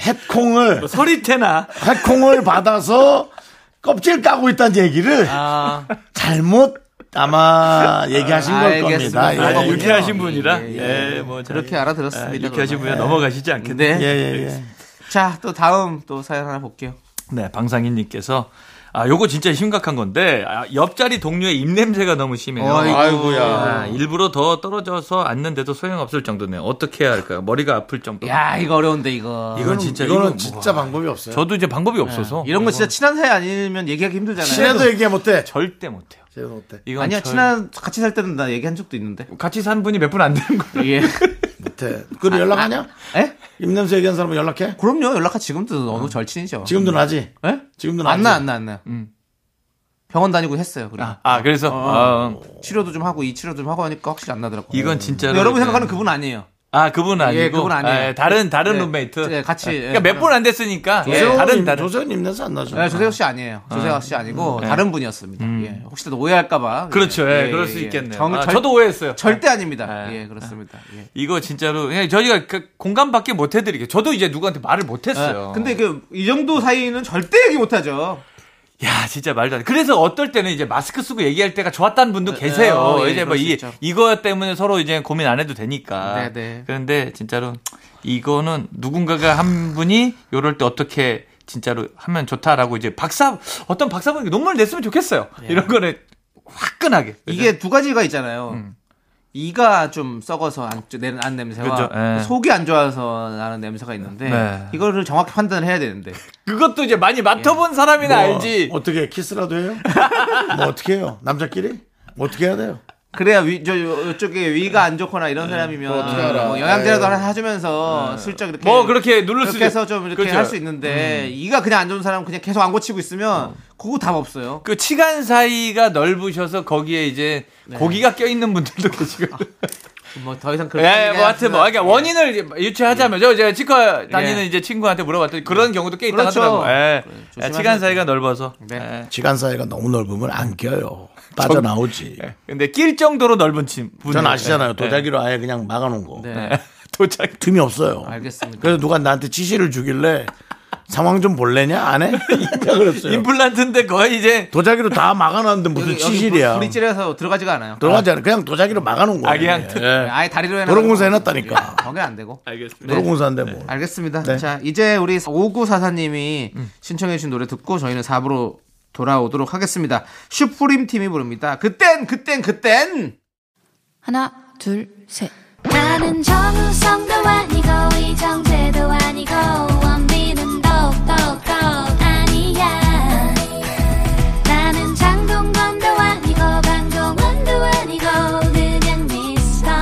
S1: 햇콩을
S8: 서리태나.
S1: 햇콩을 받아서 껍질 까고 있다는 얘기를
S5: 아,
S1: 잘못 아마 얘기하신 걸
S5: 알겠습니다.
S1: 겁니다.
S8: 아,
S5: 예,
S8: 유쾌하신
S5: 예,
S8: 분이라.
S5: 예,
S8: 예,
S5: 예.
S8: 뭐. 잘-
S5: 그렇게 알아들었습니다.
S8: 아, 유쾌하신 분이라
S5: 그러면.
S8: 넘어가시지 않겠네.
S5: 네.
S1: 예, 예, 예.
S5: 자, 또 다음 또 사연 하나 볼게요.
S8: 네, 방상인님께서 아, 요거 진짜 심각한 건데 아, 옆자리 동료의 입냄새가 너무 심해요.
S5: 아이고야.
S8: 아, 일부러 더 떨어져서 앉는데도 소용없을 정도네요. 어떻게 해야 할까요? 머리가 아플 정도.
S5: 야, 이거 어려운데, 이거.
S8: 이건 진짜
S1: 이거는
S8: 이거
S1: 진짜
S8: 뭐-
S1: 방법이 없어요.
S8: 저도 이제 방법이 없어서
S5: 네. 이런 거 진짜 친한 사이 아니면 얘기하기 힘들잖아요.
S1: 친해도 얘기 못해.
S8: 절대 못 해요.
S1: 친해도 못해.
S8: 이건
S5: 아니야,
S8: 절-
S5: 친한, 같이 살 때는 나 얘기한 적도 있는데.
S8: 같이 산 분이 몇 분 안 되는 거예요.
S5: 예.
S1: 못해.
S5: 아,
S1: 그리고 연락하냐?
S5: 예?
S1: 입냄새 얘기한 사람은 연락해?
S5: 그럼요, 연락하 지금도 너무 절친이죠.
S1: 지금도 나지?
S5: 예?
S1: 지금도 나지?
S5: 안 나, 안 나, 안 나. 병원 다니고 했어요.
S8: 음.
S5: 그래.
S8: 아, 아, 그래서 어,
S5: 치료도 좀 하고 이 치료 좀 하고 하니까 확실히 안 나더라고요.
S8: 이건
S5: 근데
S8: 진짜로
S5: 여러분
S8: 이제-
S5: 생각하는 그분 아니에요.
S8: 아 그분 아니고
S5: 예, 그분 아니에요.
S8: 아, 다른 다른
S5: 예,
S8: 룸메이트
S5: 예, 같이, 예,
S8: 그러니까 몇 분 안 됐으니까 예,
S1: 조세호는
S8: 다른
S1: 입-
S8: 다른
S1: 조세호는 입냄새 안
S8: 음.
S1: 나죠.
S5: 네, 조세호 씨 아니에요. 조세호 씨 아니고 다른 분이었습니다. 예. 혹시라도 오해할까봐.
S8: 그렇죠. 예, 그럴 수 있겠네요. 아, 저도
S5: 오해.
S8: 오해했어요.
S5: 절대 아닙니다.
S8: 예.
S5: 예, 그렇습니다. 예.
S8: 이거 진짜로 그냥 저희가 그 공감밖에 못 해드리게. 저도 이제 누구한테 말을 못 했어요.
S5: 예. 근데 그 이 정도 사이는 절대 얘기 못하죠.
S8: 야 진짜 말도 안 돼. 그래서 어떨 때는 이제 마스크 쓰고 얘기할 때가 좋았다는 분도 계세요.
S5: 어, 예,
S8: 이제 뭐
S5: 그럴 수
S8: 이,
S5: 있죠.
S8: 이거 때문에 서로 이제 고민 안 해도 되니까.
S5: 네, 네.
S8: 그런데 진짜로 이거는 누군가가 한 분이 요럴 때 어떻게 진짜로 하면 좋다라고 이제 박사 어떤 박사분이 논문을 냈으면 좋겠어요.
S5: 예.
S8: 이런 거는 화끈하게.
S5: 이게 두 가지가 있잖아요.
S8: 음.
S5: 이가 좀 썩어서 안, 내는 안 냄새와
S8: 그죠, 예.
S5: 속이 안 좋아서 나는 냄새가 있는데
S8: 네.
S5: 이거를 정확히 판단을 해야 되는데
S8: 그것도 이제 많이 맡아본
S5: 예.
S8: 사람이나
S1: 뭐,
S8: 알지.
S1: 어떻게 해? 키스라도 해요? 뭐 어떻게 해요? 남자끼리? 뭐 어떻게 해야 돼요?
S5: 그래야 위, 저, 요- 요쪽에 위가 안 좋거나 이런 사람이면 뭐 영양제라도 하나 해주면서 슬쩍 이렇게
S8: 뭐 그렇게 누를 수
S5: 이렇게 해서 좀 이렇게
S8: 그렇죠.
S5: 할 수 있는데 이가 그냥 안 좋은 사람은 그냥 계속 안 고치고 있으면
S8: 음.
S5: 그거 답 없어요.
S8: 그 치간 사이가 넓으셔서 거기에 이제
S5: 네.
S8: 고기가 껴있는 분들도 계시고.
S5: 뭐 더 이상 그런
S8: 예, 뭐 하여튼 뭐, 그러니까
S5: 예.
S8: 원인을 이제 유추하자면요. 제가 치과 다니는
S5: 예.
S8: 이제 친구한테 물어봤더니 그런 경우도 꽤 있다
S5: 그렇죠.
S8: 하더라고요. 예.
S5: 그래,
S8: 예,
S5: 조심하셔야
S8: 치간 사이가 넓어서.
S5: 네.
S8: 예.
S1: 시간 사이가 너무 넓으면 안 껴요. 빠져나오지.
S5: 네.
S8: 근데 낄 정도로 넓은 침.
S1: 전 아시잖아요. 도자기로 아예 그냥 막아놓은 거.
S5: 네.
S8: 도자기.
S1: 틈이 없어요.
S5: 알겠습니다.
S1: 그래서 누가 나한테 지시를 주길래 상황 좀 볼래냐? 안 해? 내가 그랬어요.
S8: 임플란트인데 거의 이제
S1: 도자기로 다 막아놨는데 무슨 치실이야.
S5: 불이 찔해서 들어가지가 않아요.
S1: 들어가지 않아. 그냥 도자기로 막아놓은 거야.
S8: 아, 그냥
S5: 아예 다리로 해놔.
S1: 도로공사 해놨다니까.
S5: 아, 거기 안 되고.
S1: 도로공사인데 뭐.
S5: 알겠습니다.
S1: 네.
S5: 자, 이제 우리 5944님이 신청해주신 노래 듣고 저희는 4부로 돌아오도록 하겠습니다. 슈프림 팀이 부릅니다. 그땐, 그땐, 그땐!
S4: 하나 둘 셋.
S9: 나는 정우성도 아니고 이정재도 아니고 원빈은 더욱더 아니야 나는 장동건도 아니고 강동원도 아니고 그냥 미스터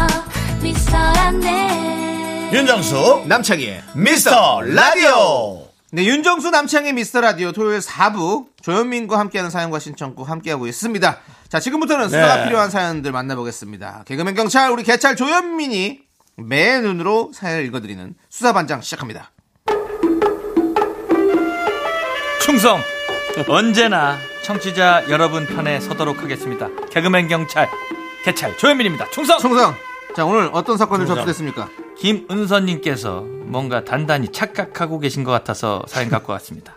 S9: 미스터란데
S1: 윤정수,
S5: 남창희의.
S1: 미스터 라디오.
S5: 네, 윤정수 남창희 미스터 라디오 토요일 4부 조현민과 함께하는 사연과 신청곡 함께하고 있습니다. 자, 지금부터는 수사가
S1: 네.
S5: 필요한 사연들 만나보겠습니다. 개그맨 경찰, 우리 개찰 조현민이 매 눈으로 사연을 읽어드리는 수사반장 시작합니다.
S8: 충성. 언제나 청취자 여러분 편에 서도록 하겠습니다. 개그맨 경찰 개찰 조현민입니다. 충성.
S5: 총성! 자, 오늘 어떤 사건을 접수했습니까?
S8: 김은선님께서 뭔가 단단히 착각하고 계신 것 같아서 사연 갖고 왔습니다.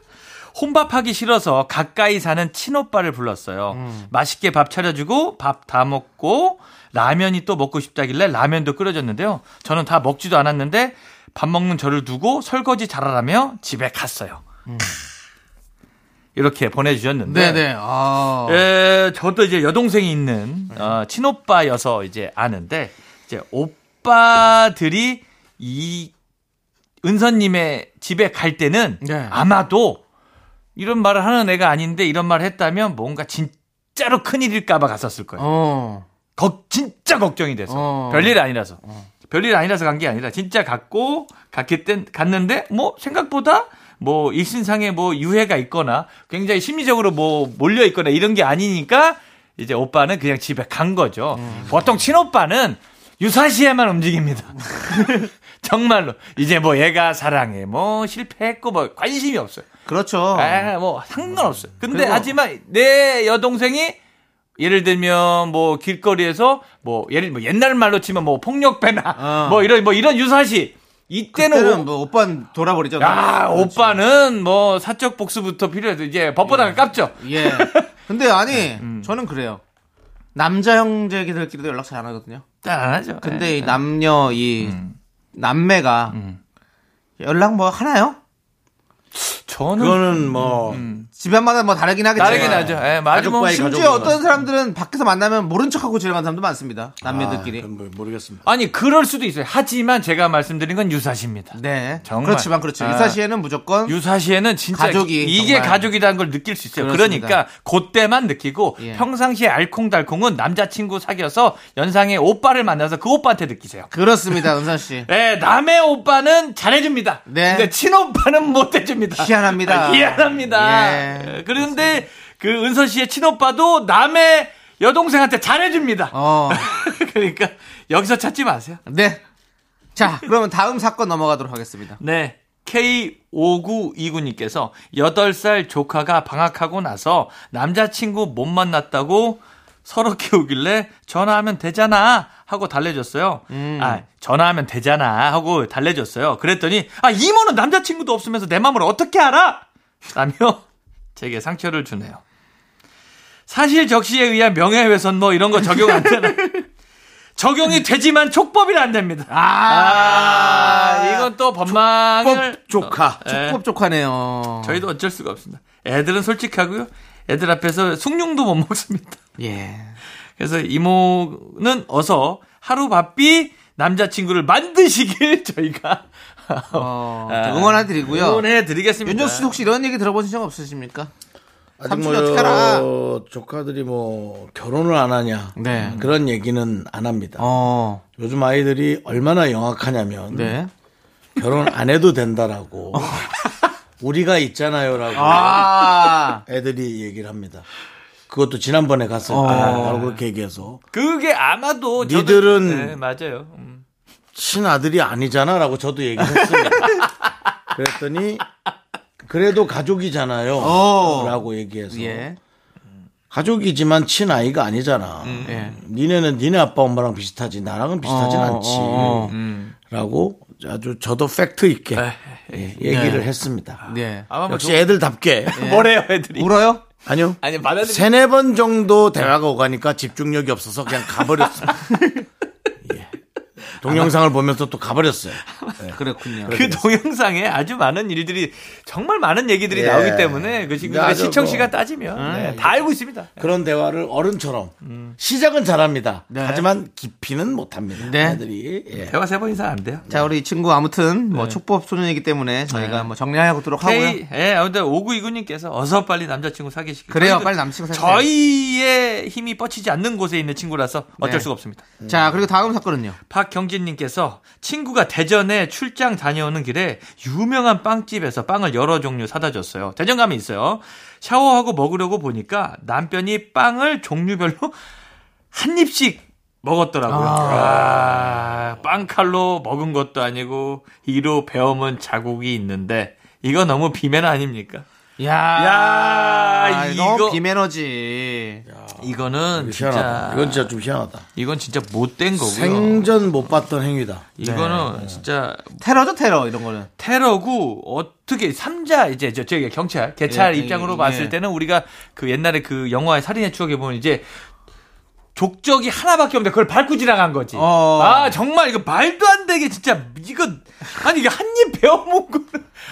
S8: 혼밥하기 싫어서 가까이 사는 친오빠를 불렀어요.
S5: 음.
S8: 맛있게 밥 차려주고 밥 다 먹고 라면이 또 먹고 싶다길래 라면도 끓여줬는데요. 저는 다 먹지도 않았는데 밥 먹는 저를 두고 설거지 잘하라며 집에 갔어요. 이렇게 보내주셨는데
S5: 네네. 아.
S8: 예, 저도 이제 여동생이 있는 어, 친오빠여서 이제 아는데 이제 오빠들이 이 은선님의 집에 갈 때는
S5: 네.
S8: 아마도 이런 말을 하는 애가 아닌데 이런 말을 했다면 뭔가 진짜로 큰일일까봐 갔었을 거예요.
S5: 어.
S8: 걱- 진짜 걱정이 돼서
S5: 어.
S8: 별일 아니라서 별일 아니라서 간 게 아니라 진짜 갔고 갔기 땐 갔는데 뭐 생각보다 뭐 일신상에 뭐 유해가 있거나 굉장히 심리적으로 뭐 몰려
S5: 음.
S8: 있거나 이런 게 아니니까 이제 오빠는 그냥 집에 간 거죠. 보통 친오빠는 유사시에만 움직입니다.
S5: 음.
S8: 정말로 이제 뭐 얘가 사랑해 뭐 실패했고 뭐 관심이 없어요.
S5: 그렇죠.
S8: 에, 뭐 상관없어요. 근데
S5: 그리고-
S8: 하지만 내 여동생이 예를 들면 뭐 길거리에서 뭐 예를 뭐 옛날 말로 치면 뭐 폭력배나
S5: 어.
S8: 뭐 이런 뭐 이런 유사시 이때는
S5: 그때는
S8: 오-
S5: 뭐 오빠는 돌아버리죠.
S8: 야 오빠는 뭐 사적 복수부터 필요해서 이제 법보다는 깝죠.
S5: 예. 근데 아니 저는 그래요. 남자 형제들끼리도 연락 잘 안 예. 하거든요.
S8: 안 하죠.
S5: 근데 이 남녀 이 남매가 연락 뭐 하나요?
S8: 저는
S1: 그거는 뭐
S5: 집안마다 뭐 다르긴 하겠지만
S8: 다르긴 하죠. 예, 뭐 아주 뭐
S1: 가족과의
S8: 심-
S5: 심지어 어떤 사람들은 밖에서 만나면 모른 척하고 지나가는 사람도 많습니다. 남매들끼리.
S1: 그건 뭐 모르겠습니다.
S8: 아니 그럴 수도 있어요. 하지만 제가 말씀드린 건 유사시입니다.
S5: 네.
S8: 정말.
S5: 그렇지만 그렇죠.
S8: 아.
S5: 이사시에는 무조건
S8: 유사시에는 진짜
S5: 가족이
S8: 이게
S5: 정말.
S8: 가족이라는 걸 느낄 수 있어요. 그러니
S5: 그렇습니다.
S8: 까 그때만 느끼고
S5: 예.
S8: 평상시에 알콩달콩은 남자친구 사귀어서 연상의 오빠를 만나서 그 오빠한테 느끼세요.
S5: 그렇습니다. 은선 씨.
S8: 네, 남의 오빠는 잘해줍니다.
S5: 네.
S8: 근데 친오빠는 못해줍니다.
S5: 희한합니다.
S8: 아, 희한합니다.
S5: 예,
S8: 예, 그런데 그 은선 씨의 친오빠도 남의 여동생한테 잘해줍니다.
S5: 어.
S8: 그러니까 여기서 찾지 마세요.
S5: 네. 자, 그러면 다음 사건 넘어가도록 하겠습니다.
S8: 네. K5929님께서 8살 조카가 방학하고 나서 남자친구 못 만났다고 서로 키우길래 전화하면 되잖아 하고 달래줬어요. 아, 전화하면 되잖아 하고 달래줬어요. 그랬더니 아, 이모는 남자친구도 없으면서 내 마음을 어떻게 알아? 라며 제게 상처를 주네요. 사실 적시에 의한 명예훼손 뭐 이런 거 적용 안 되나? 적용이 되지만 촉법이 안 됩니다. 아, 이건 또 법망을
S5: 조카.
S8: 예.
S5: 촉법 조카네요.
S8: 저희도 어쩔 수가 없습니다. 애들은 솔직하고요. 애들 앞에서 숭늉도 못 먹습니다.
S5: 예.
S8: 그래서 이모는 어서 하루 바삐 남자친구를 만드시길 저희가 아,
S5: 어, 응원해드리고요.
S8: 응원해 드리겠습니다.
S5: 윤정수 씨 혹시 이런 얘기 들어보신 적 없으십니까?
S1: 아직
S5: 삼촌이 어떻게 알아?
S1: 뭐 조카들이 뭐 결혼을 안 하냐
S5: 네.
S1: 그런 얘기는 안 합니다.
S5: 어.
S1: 요즘 아이들이 얼마나 영악하냐면
S5: 네. 어.
S1: 결혼 안 해도 된다라고 우리가 있잖아요라고
S5: 아.
S1: 애들이 얘기를 합니다. 그것도 지난번에
S5: 어.
S1: 갔을 때 그렇게 얘기해서
S8: 그게 아마도 저도-
S1: 니들은-
S8: 네, 맞아요. 음.
S1: 친아들이 아니잖아라고 저도 얘기를 했습니다. 그랬더니 그래도 가족이잖아요.
S5: 어.
S1: 라고 얘기해서
S5: 예.
S1: 가족이지만 친아이가 아니잖아.
S5: 예.
S1: 니네는 니네 아빠 엄마랑 비슷하지 나랑은 비슷하진
S5: 어,
S1: 않지.
S5: 어, 어.
S1: 라고 아주 저도 팩트 있게 예, 얘기를 했습니다.
S5: 네. 예.
S8: 아마 뭐
S1: 역시 애들답게
S8: 뭐래요, 애들이?
S5: 울어요?
S1: 아니요.
S8: 아니 받아들이
S1: 세네 번 정도 대화가 오가니까 집중력이 없어서 그냥 가버렸어요. 예. 동영상을 보면서 또 가버렸어요.
S5: 네. 그렇군요.
S8: 그 동영상에 아주 많은 일들이 정말 많은 얘기들이
S1: 예.
S8: 나오기 때문에 그 지금
S1: 네, 아주
S8: 시청
S1: 뭐.
S8: 시간 따지면 네, 다 알고 있습니다.
S1: 그런 대화를 어른처럼 시작은 잘합니다.
S5: 네.
S1: 하지만 깊이는 못합니다.
S5: 네.
S1: 애들이 예.
S8: 대화 세 번 이상 안 돼요.
S5: 자, 우리 이 친구 아무튼 뭐 촉법 소년이기 때문에 저희가 뭐 정리하도록 하고요.
S8: K, 예, 아무튼 오구 이구님께서 어서 빨리 남자친구 사귀시길.
S5: 그래요,
S8: 저희도-
S5: 빨리 남친구 사귀세요.
S8: 저희의 힘이 뻗치지 않는 곳에 있는 친구라서 어쩔
S5: 네.
S8: 수가 없습니다.
S5: 자, 그리고 다음 사건은요.
S8: 박경진님께서 친구가 대전에 출장 다녀오는 길에 유명한 빵집에서 빵을 여러 종류 사다 줬어요. 대전감이 있어요. 샤워하고 먹으려고 보니까 남편이 빵을 종류별로 한 입씩 먹었더라고요. 아, 빵칼로 먹은 것도 아니고 이로 베어문 자국이 있는데 이거 너무 비매너 아닙니까?
S5: 야, 아,
S8: 야, 이거-
S5: 너무 비매너지.
S8: 이거는
S1: 희한하다.
S8: 진짜
S1: 이건 진짜 좀 희한하다.
S8: 이건 진짜 못된 거고요.
S1: 생전 못 봤던 행위다.
S8: 이거는 진짜
S5: 테러죠, 테러 이런 거는.
S8: 테러고 어떻게 삼자 이제 저 저기 경찰 개찰
S5: 예,
S8: 입장으로
S5: 예,
S8: 봤을
S5: 예.
S8: 때는 우리가 그 옛날에 그 영화의 살인의 추억에 보면 이제 족적이 하나밖에 없는데 그걸 밟고 지나간 거지.
S5: 어.
S8: 아 정말 이거 말도 안 되게 진짜 이거 아니 이게 한 입 베어먹고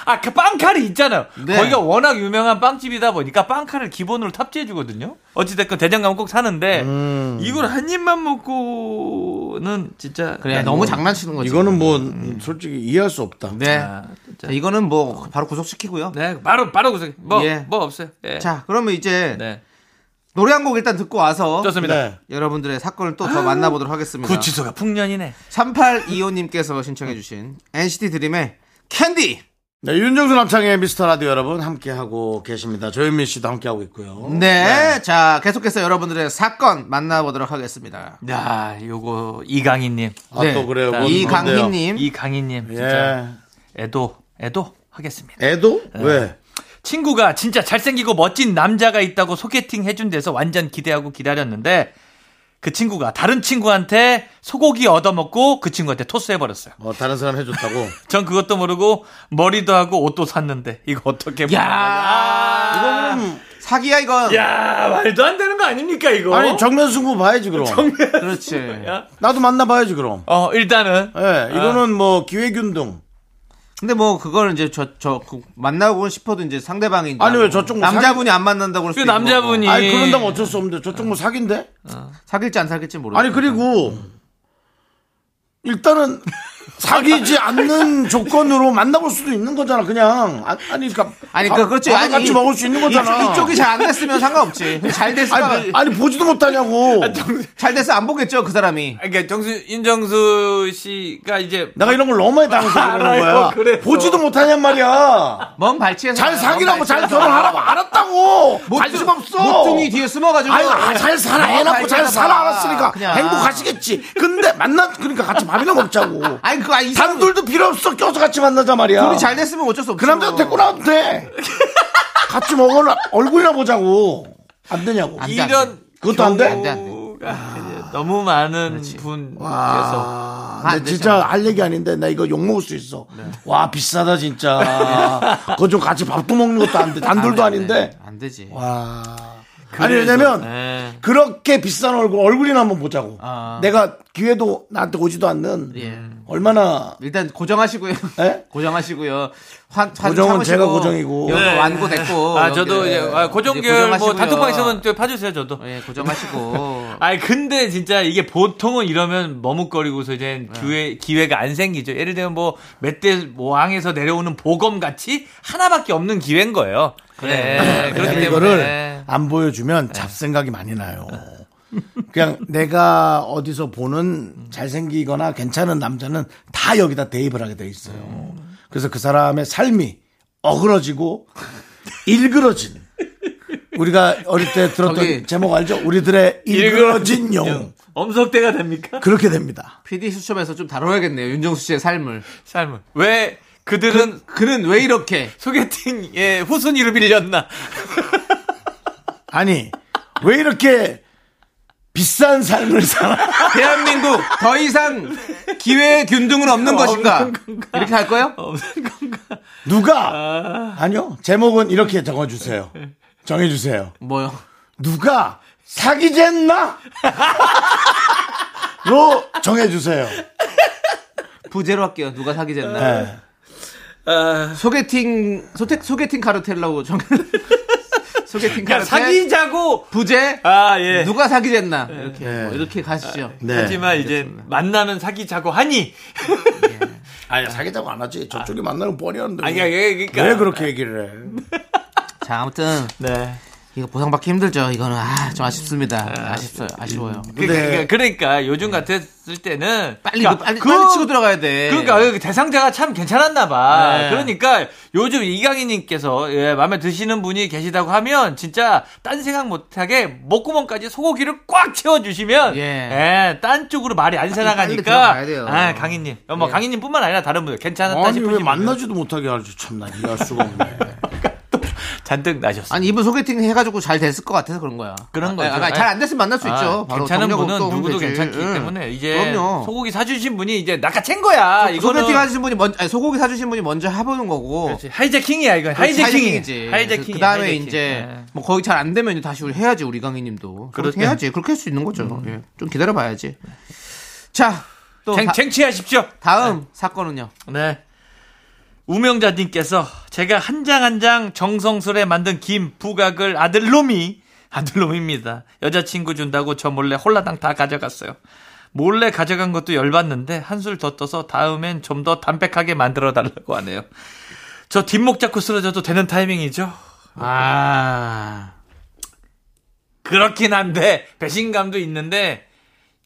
S8: 아그 빵칼이 있잖아요.
S5: 네.
S8: 거기가 워낙 유명한 빵집이다 보니까 빵칼을 기본으로 탑재해 주거든요. 어찌됐건 대전 가면 꼭 사는데
S5: 음.
S8: 이걸 한 입만 먹고는 진짜
S5: 그래, 너무 장난치는 거지.
S1: 이거는 뭐 솔직히 이해할 수 없다.
S5: 음. 네.
S8: 아, 진짜.
S5: 자, 이거는 뭐 바로 구속시키고요.
S8: 네, 바로 바로 구성. 뭐뭐
S5: 예.
S8: 없어요. 예.
S5: 자, 그러면 이제
S8: 네,
S5: 노래 한 곡 일단 듣고 와서
S8: 좋습니다.
S1: 네.
S5: 여러분들의 사건을 또 더 만나보도록 하겠습니다.
S8: 구치소가 풍년이네.
S5: 3825님께서 신청해주신 NCT 드림의 캔디!
S1: 네, 윤정수 남창의 미스터 라디오 여러분 함께하고 계십니다. 조현민 씨도 함께하고 있고요.
S5: 네, 자 계속해서 여러분들의 사건 만나보도록 하겠습니다.
S8: 야, 요거 이강희님,
S1: 아,
S5: 네.
S1: 또 그래요. 뭔- 뭔데요?
S5: 이강희님,
S8: 이강희님 진짜
S1: 예.
S8: 애도 애도 하겠습니다.
S1: 애도?
S5: 네.
S1: 왜?
S8: 친구가 진짜 잘생기고 멋진 남자가 있다고 소개팅 해준 데서 완전 기대하고 기다렸는데 그 친구가 다른 친구한테 소고기 얻어먹고 그 친구한테 토스해버렸어요.
S1: 어, 다른 사람 해줬다고.
S8: 전 그것도 모르고 머리도 하고 옷도 샀는데 이거 어떻게 보면
S5: 야, 이거는 사기야 이건.
S8: 야 말도 안 되는 거 아닙니까 이거?
S1: 아니, 정면 승부 봐야지, 그럼.
S5: 그렇지.
S1: 나도 만나봐야지, 그럼.
S8: 어 일단은
S1: 예,
S5: 아.
S1: 이거는 뭐, 기회균등.
S5: 근데 뭐 그걸 이제 저 저 만나고 싶어도 이제 상대방이
S1: 아니, 왜 저쪽 뭐
S5: 남자분이 안 만난다고 그럴
S8: 그
S5: 수도 있는
S8: 남자분이
S5: 예.
S1: 아니, 그런다면 어쩔 수 없는데, 저쪽 뭐 사귄데?
S5: 거고. 사귈지 안 사귈지 모르.
S1: 아니, 그리고, 일단은, 사귀지 않는 조건으로 만나볼 수도 있는 거잖아, 그냥. 아, 아니, 그니까.
S5: 아니 그 그렇지. 아니,
S1: 같이
S5: 이- 그
S1: 먹을 수 있는 거잖아.
S5: 이, 쪽이 잘 안 됐으면 상관없지. 잘
S1: 아니,
S5: 됐으면
S1: 아니, 보지도 못하냐고.
S5: 아, 잘 됐어 안 보겠죠 그 사람이.
S8: 그러니까 정수 인정수 씨가 이제
S1: 내가 이런 걸 너무 많이 당해서 그러는
S5: 어,
S1: 거야. 보지도 못하냔 말이야.
S5: 멍 발치해서
S1: 잘 사귀라고, 잘
S5: 발치해서.
S1: 결혼하라고 알았다고. 관심 없어.
S5: 모퉁이 뒤에 숨어가지고.
S1: 아유, 아, 잘 살아. 애 낳고 잘
S5: 발전해봐.
S1: 살아. 알았으니까.
S5: 그냥.
S1: 행복하시겠지. 근데 만나, 그러니까 같이 밥이나 먹자고.
S5: 아니 그거 아니 이 사람
S1: 단둘도 필요 없어. 껴서 같이 만나자 말이야.
S5: 둘이 잘 됐으면 어쩔 수 뭐. 없어.
S1: 그 남자도 데리고 나도 돼. 같이 먹어. 얼굴이나 보자고. 안 되냐고.
S5: 안 돼, 안 돼.
S8: 이런
S1: 그것도 안
S5: 안 돼,
S1: 돼?
S5: 안 돼.
S8: 너무 많은 분께서
S1: 아,
S5: 안
S1: 나
S5: 되죠. 네.
S1: 진짜 할 얘기 아닌데 나 이거 욕 먹을 수 있어. 와 비싸다 진짜. 그거 좀 같이 밥도 먹는 것도 안 돼. 단둘도
S5: 안 돼, 안 돼.
S1: 아닌데.
S5: 안 되지.
S1: 아니 왜냐면
S8: 네.
S1: 그렇게 비싼 얼굴 얼굴이나 한번 보자고.
S5: 아.
S1: 내가 기회도 나한테 오지도 않는
S5: 예.
S1: 얼마나
S5: 일단 고정하시고요.
S1: 예?
S5: 고정하시고요. 환, 환
S1: 고정은
S5: 참으시고
S1: 제가 고정이고.
S5: 여기
S8: 네.
S5: 완고 됐고.
S8: 아 저도 이제 아, 고정결 뭐 단톡방 있으면 좀 파주세요 저도.
S5: 예, 고정하시고.
S8: 아니 근데 진짜 이게 보통은 이러면 머뭇거리고서 이제 기회 기회가 안 생기죠. 예를 들면 뭐 멧돼 왕에서 내려오는 보검 같이 하나밖에 없는 기회인 거예요. 네, 그래. 네. 그렇기 때문에
S1: 네, 이거를 안 보여주면 잡생각이 많이 나요. 그냥 내가 어디서 보는 잘생기거나 괜찮은 남자는 다 여기다 대입을 하게 돼 있어요. 그래서 그 사람의 삶이 어그러지고 일그러진 우리가 어릴 때 들었던
S5: 저기-
S1: 제목 알죠? 우리들의 일그러진 영웅
S8: 엄석대가 됩니까?
S1: 그렇게 됩니다.
S5: PD 수첩에서 좀 다뤄야겠네요. 윤정수 씨의 삶을.
S8: 삶은 왜 그들은
S5: 그는 왜 이렇게
S8: 소개팅에 후순위로 밀렸나?
S1: 아니 왜 이렇게 비싼 삶을 살아?
S5: 대한민국 더 이상 기회의 균등은 없는 것인가? 이렇게 할 거예요?
S1: 누가 아니요 제목은 이렇게 정해주세요. 정해주세요.
S5: 뭐요?
S1: 누가 사기젠나? 로 정해주세요.
S5: 부제로 할게요. 누가 사귀졌나?
S1: 네.
S5: 소개팅 소택 소개팅 카르텔라고 정. 소개팅
S8: 그러니까
S5: 카르텔
S8: 사귀자고
S5: 부제
S8: 아 예.
S5: 누가 사귀졌나? 이렇게
S8: 네.
S5: 뭐 이렇게
S8: 아,
S5: 가시죠.
S1: 네.
S8: 하지만 이제 만나면 사귀자고 하니
S1: 아니, 사기자고 안 하지. 저쪽이 만나는 뻔히었는데.
S8: 아니, 아니, 그러니까.
S1: 왜 그렇게 얘기를 해?
S5: 자 아무튼
S8: 네.
S5: 이거 보상받기 힘들죠. 이거는 아 좀 아쉽습니다. 아쉽어요. 아쉬워요.
S8: 그러니까,
S1: 근데
S8: 그러니까 요즘 같았을 때는
S5: 빨리
S8: 그러니까
S5: 이거 빨리
S8: 그-
S5: 빨리 치고 들어가야 돼.
S8: 그러니까 그 대상자가 참 괜찮았나 봐.
S5: 네.
S8: 그러니까 요즘 이강인님께서 예, 마음에 드시는 분이 계시다고 하면 진짜 딴 생각 못하게 목구멍까지 소고기를 꽉 채워주시면
S5: 예.
S8: 예, 딴 쪽으로 말이 안
S5: 들어가야
S8: 새나가니까.
S5: 돼요.
S8: 아, 강인님, 뭐
S5: 예. 강인님뿐만
S8: 강인님뿐만 아니라 다른 분들 괜찮았다
S1: 아니, 왜
S8: 싶으시면
S1: 만나지도 못하게 하지. 참, 나 이해할 수가 없네.
S8: 잔뜩 나셨어. 요
S5: 아니 이분 소개팅 해가지고 잘 됐을 것 같아서 그런 거야.
S8: 그런 거죠. 아,
S5: 잘 안 됐으면 만날 수 있죠. 바로
S8: 괜찮은
S5: 경력
S8: 분은
S5: 없고 오면
S8: 누구도
S5: 되지.
S8: 괜찮기
S5: 응.
S8: 때문에 이제
S5: 그럼요.
S8: 소고기 사주신 분이 이제 낚아챈 거야. 이거는
S5: 소개팅 하신 분이 먼저 아니, 소고기 사주신 분이 먼저 해보는 거고.
S8: 그렇지. 하이제킹이야 이건 하이제킹이지. 네. 예.
S5: 그 다음에 이제 뭐 거기 잘 안 되면 이제 다시 우리 해야지 우리 강희님도 그렇게
S8: 그렇게.
S5: 해야지 그렇게 할 수 있는 거죠. 예. 좀 기다려봐야지. 자, 또
S8: 음. 쟁,
S5: 다,
S8: 쟁취하십시오.
S5: 다음 사건은요.
S8: 네. 우명자님께서 제가 한 장 한 장 정성스레 만든 김 부각을 아들놈이 아들놈입니다. 여자친구 준다고 저 몰래 홀라당 다 가져갔어요. 몰래 가져간 것도 열받는데 한술 더 떠서 다음엔 좀 더 담백하게 만들어 달라고 하네요. 저 뒷목 잡고 쓰러져도 되는 타이밍이죠? 아 그렇긴 한데 배신감도 있는데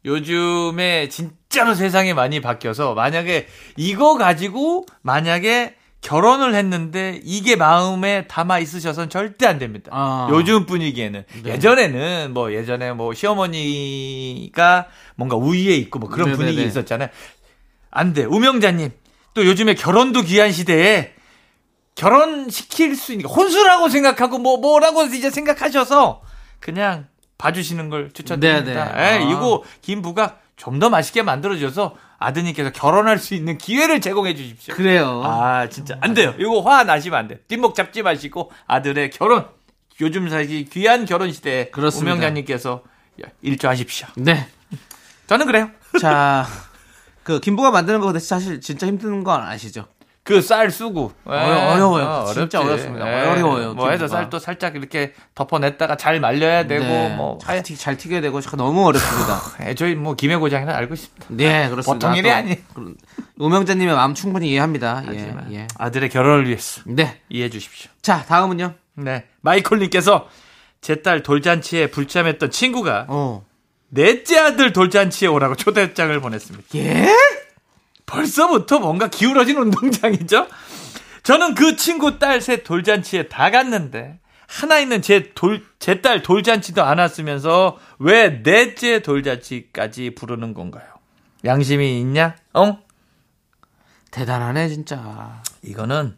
S8: 요즘에 진짜로 세상이 많이 바뀌어서 만약에 이거 가지고 만약에 결혼을 했는데 이게 마음에 담아 있으셔서는 절대 안 됩니다.
S5: 아. 네.
S8: 요즘 분위기에는 예전에는 뭐 예전에 뭐 시어머니가 뭔가 우위에 있고 뭐 그런
S5: 네네네.
S8: 분위기 있었잖아요. 안 돼. 우명자님. 또 요즘에 결혼도 귀한 시대에 결혼시킬 수 있는 게 혼수라고 생각하고 뭐 뭐라고 이제 생각하셔서 그냥 봐주시는 걸 추천드립니다.
S5: 네네.
S8: 예,
S5: 아.
S8: 이거 김부가 좀 더 맛있게 만들어줘서 아드님께서 결혼할 수 있는 기회를 제공해 주십시오.
S5: 그래요.
S8: 아 진짜 안 돼요. 이거 화 나시면 안 돼. 요 뒷목 잡지 마시고 아들의 결혼 요즘 사실 귀한 결혼 시대에
S5: 그렇습니다.
S8: 우명자님께서 일조하십시오.
S5: 네.
S8: 저는 그래요.
S5: 자, 그 김부가 만드는 거 대체 사실 진짜 힘든 건 아시죠?
S8: 그 쌀 쓰고
S5: 어려- 어려워요. 진짜 어렵습니다. 어려워요,
S8: 아, 뭐 해서
S5: 김부가.
S8: 쌀도 살짝 이렇게 덮어냈다가 잘 말려야 되고
S5: 네.
S8: 뭐
S5: 잘, 튀, 잘 튀겨야 되고 제가 너무 어렵습니다.
S8: 애초에 뭐 김해 고장이나 알고 있습니다.
S5: 네, 그렇습니다.
S8: 보통 일이
S5: 또
S8: 아니에요.
S5: 그런- 우명자님의 마음 충분히 이해합니다. 예,
S8: 하지만
S5: 예.
S8: 아들의 결혼을 위해서
S5: 네.
S8: 이해해 주십시오.
S5: 자, 다음은요.
S8: 네 마이콜님께서 제 딸 돌잔치에 불참했던 친구가
S5: 어.
S8: 넷째 아들 돌잔치에 오라고 초대장을 보냈습니다.
S5: 예?
S8: 벌써부터 뭔가 기울어진 운동장이죠? 저는 그 친구 딸 셋 돌잔치에 다 갔는데 하나 있는 제 돌 제 딸 돌잔치도 안 왔으면서 왜 넷째 돌잔치까지 부르는 건가요? 양심이 있냐? 엉?
S5: 대단하네, 진짜.
S8: 이거는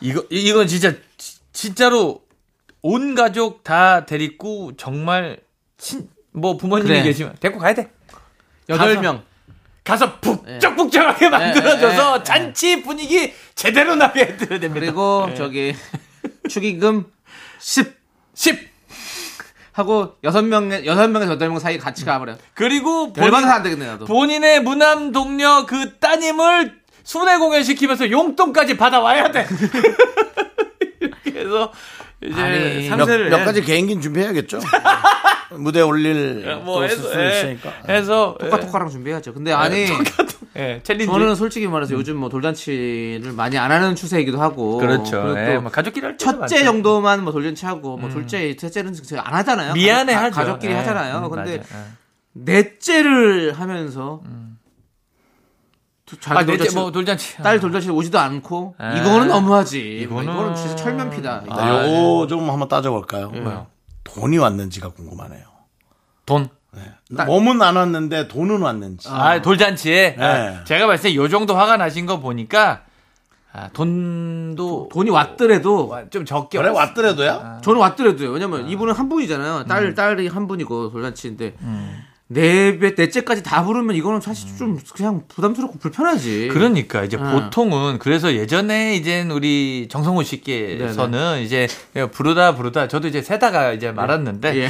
S8: 이거 이- 이건 진짜 지- 진짜로 온 가족 다 데리고 정말 친 뭐 부모님이
S5: 그래.
S8: 계시면 데리고 가야 돼.
S5: 여덟
S8: 가서-
S5: 명.
S8: 가서
S5: 예.
S8: 북적북적하게 만들어줘서 잔치 분위기 제대로 나게 해드려야 됩니다.
S5: 그리고 저기 축의금 10
S8: 10.
S5: 하고 여섯 명 여섯 명에서 여덟 명 사이 같이 가버려.
S8: 그리고 본인,
S5: 열받아서 안 되겠네 나도.
S8: 본인의 무남 동료 그 따님을 순회 공연시키면서 용돈까지 받아와야 돼. 이렇게 해서 이제
S5: 아니,
S1: 몇, 네.
S8: 상세를
S1: 몇 가지 개인기는 준비해야겠죠. 무대 에 올릴
S8: 뭐
S1: 또
S8: 해서,
S1: 쓸수
S8: 예.
S1: 있으니까.
S8: 해서
S5: 토카토카랑 준비해야죠. 근데 아니
S8: 예, 챌린지.
S5: 저는 솔직히 말해서 요즘 뭐 돌잔치를 많이 안 하는 추세이기도 하고
S8: 그렇죠.
S5: 그리고 또
S8: 예, 뭐 가족끼리 할 때도
S5: 첫째
S8: 많죠. 음.
S5: 정도만 뭐 돌잔치 하고 뭐 둘째, 셋째는 제가 안 하잖아요.
S8: 미안해
S5: 가-
S8: 하죠.
S5: 가족끼리
S8: 예,
S5: 하잖아요.
S8: 음,
S5: 근데
S8: 맞아요. 예.
S5: 넷째를 하면서 두- 자기
S8: 아, 넷째
S5: 돌잔치-
S8: 뭐 돌잔치.
S5: 딸 돌잔치 오지도 않고
S8: 예.
S5: 이거는 너무하지. 이거는,
S8: 이거는-
S5: 이거는 진짜 철면피다.
S1: 아, 음. 요거 좀 한번 따져볼까요? 돈이 왔는지가 궁금하네요.
S8: 돈.
S1: 몸은 안 왔는데 돈은 왔는지.
S8: 아, 돌잔치에.
S1: 네.
S8: 제가 봤을 때 요 정도 화가 나신 거 보니까 아, 돈도
S5: 돈이 왔더라도
S8: 좀 적게
S1: 그래
S8: 왔어.
S1: 왔더라도야.
S5: 저는 왔더라도요. 왜냐면 이분은 한 분이잖아요. 딸 딸이 한 분이고 돌잔치인데 네 배, 넷째까지 다 부르면 이거는 사실 좀 그냥 부담스럽고 불편하지.
S8: 그러니까 이제
S5: 응.
S8: 보통은 그래서 예전에 이제 우리 정성호 씨께서는 이제 부르다 부르다 저도 이제 세다가 이제 말았는데
S5: 예.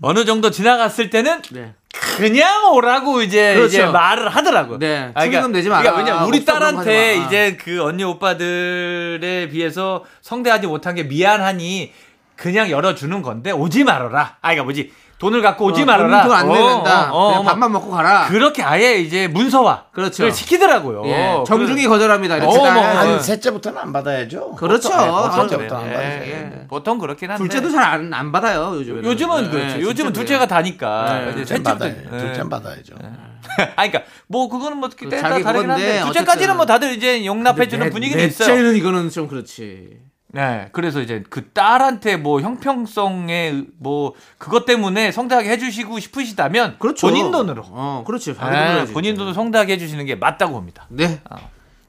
S8: 어느 정도 지나갔을 때는
S5: 네.
S8: 그냥 오라고 이제
S5: 그렇죠.
S8: 이제 말을 하더라고요.
S5: 네, 축의금 내지 마라. 아,
S8: 그러니까 왜냐 우리
S5: 없어 그런 거
S8: 딸한테
S5: 하지 마.
S8: 이제 그 언니 오빠들에 비해서 성대하지 못한 게 미안하니 그냥 열어주는 건데 오지 말아라. 아, 그러니까 뭐지 돈을 갖고 오지
S5: 어,
S8: 말아라.
S5: 돈안
S8: 어,
S5: 내면 된다.
S8: 어, 어,
S5: 그냥
S8: 어.
S5: 밥만 먹고 가라.
S8: 그렇게 아예 이제 문서화
S5: 그렇죠.
S8: 를 시키더라고요.
S5: 예. 정중히 거절합니다. 이렇게
S8: 어,
S5: 딸.
S8: 뭐,
S1: 한
S5: 아니,
S1: 셋째부터는 안 네. 받아야죠.
S5: 그렇죠.
S1: 보통
S5: 그렇죠.
S1: 셋째부터 안
S8: 예,
S1: 받아요.
S8: 예. 보통 그렇긴 한데
S5: 둘째도 네, 예. 잘 안 안 받아요 요즘.
S8: 요즘은 그렇죠. 요즘은 둘째가
S5: 네,
S8: 다니까. 이제
S1: 둘째는
S8: 셋째부터-
S1: 받아야죠.
S8: 예.
S1: 둘째는 받아야죠.
S8: 아, 그러니까 뭐 그거는 뭐 그때 다
S5: 자기
S8: 다르긴 한데
S5: 그건데
S8: 둘째까지는
S5: 어쨌든.
S8: 뭐 다들 이제 용납해주는 분위기는 있어요.
S5: 넷째는 이거는 좀 그렇지.
S8: 네, 그래서 이제 그 딸한테 뭐 형평성에 뭐 그것 때문에 성대하게 해주시고 싶으시다면
S5: 그렇죠.
S8: 본인 돈으로
S5: 어, 그렇지.
S8: 네,
S5: 바로 그래야지.
S8: 본인 돈으로 성대하게 해주시는 게 맞다고 봅니다.
S5: 네.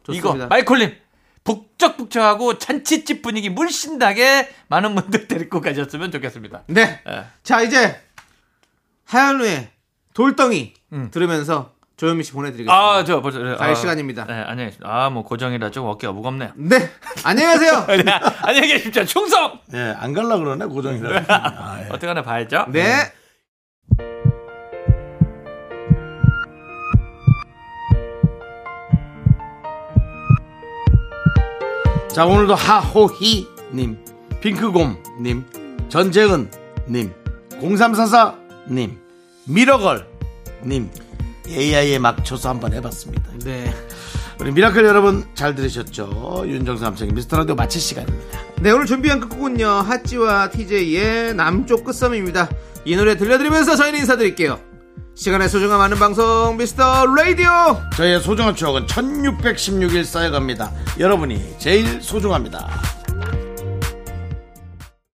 S8: 이거
S5: 좋습니다.
S8: 마이콜님 북적북적하고 잔치집 분위기 물씬나게 많은 분들 데리고 가셨으면 좋겠습니다.
S5: 네.
S8: 예.
S5: 자 이제 하현우의 돌덩이
S8: 음.
S5: 들으면서 조현미 씨 보내드리겠습니다.
S8: 아, 저 벌써 네,
S5: 갈
S8: 아,
S5: 시간입니다.
S8: 네, 안녕히 계십시오. 아, 뭐 고정이라 좀 어깨가 무겁네요.
S5: 네. 안녕하세요.
S8: 네, 안녕히 계십시오. 충성.
S1: 예, 안 갈라 그러네 고정이라. 아, 예.
S8: 어떻게 하나 봐야죠.
S5: 네.
S1: 자 오늘도 하호희님, 핑크곰님, 전재은님, 0344님, 미러걸님 AI에 맞춰서 한번 해봤습니다.
S5: 네.
S1: 우리 미라클 여러분 잘 들으셨죠? 윤정수 남창의 미스터라디오 마칠 시간입니다.
S5: 네 오늘 준비한 끝곡은요 핫지와 TJ의 남쪽 끝섬입니다. 이 노래 들려드리면서 저희는 인사드릴게요. 시간의 소중함 아는 방송 미스터 라디오
S1: 저희의 소중한 추억은 1616일 쌓여갑니다. 여러분이 제일 소중합니다.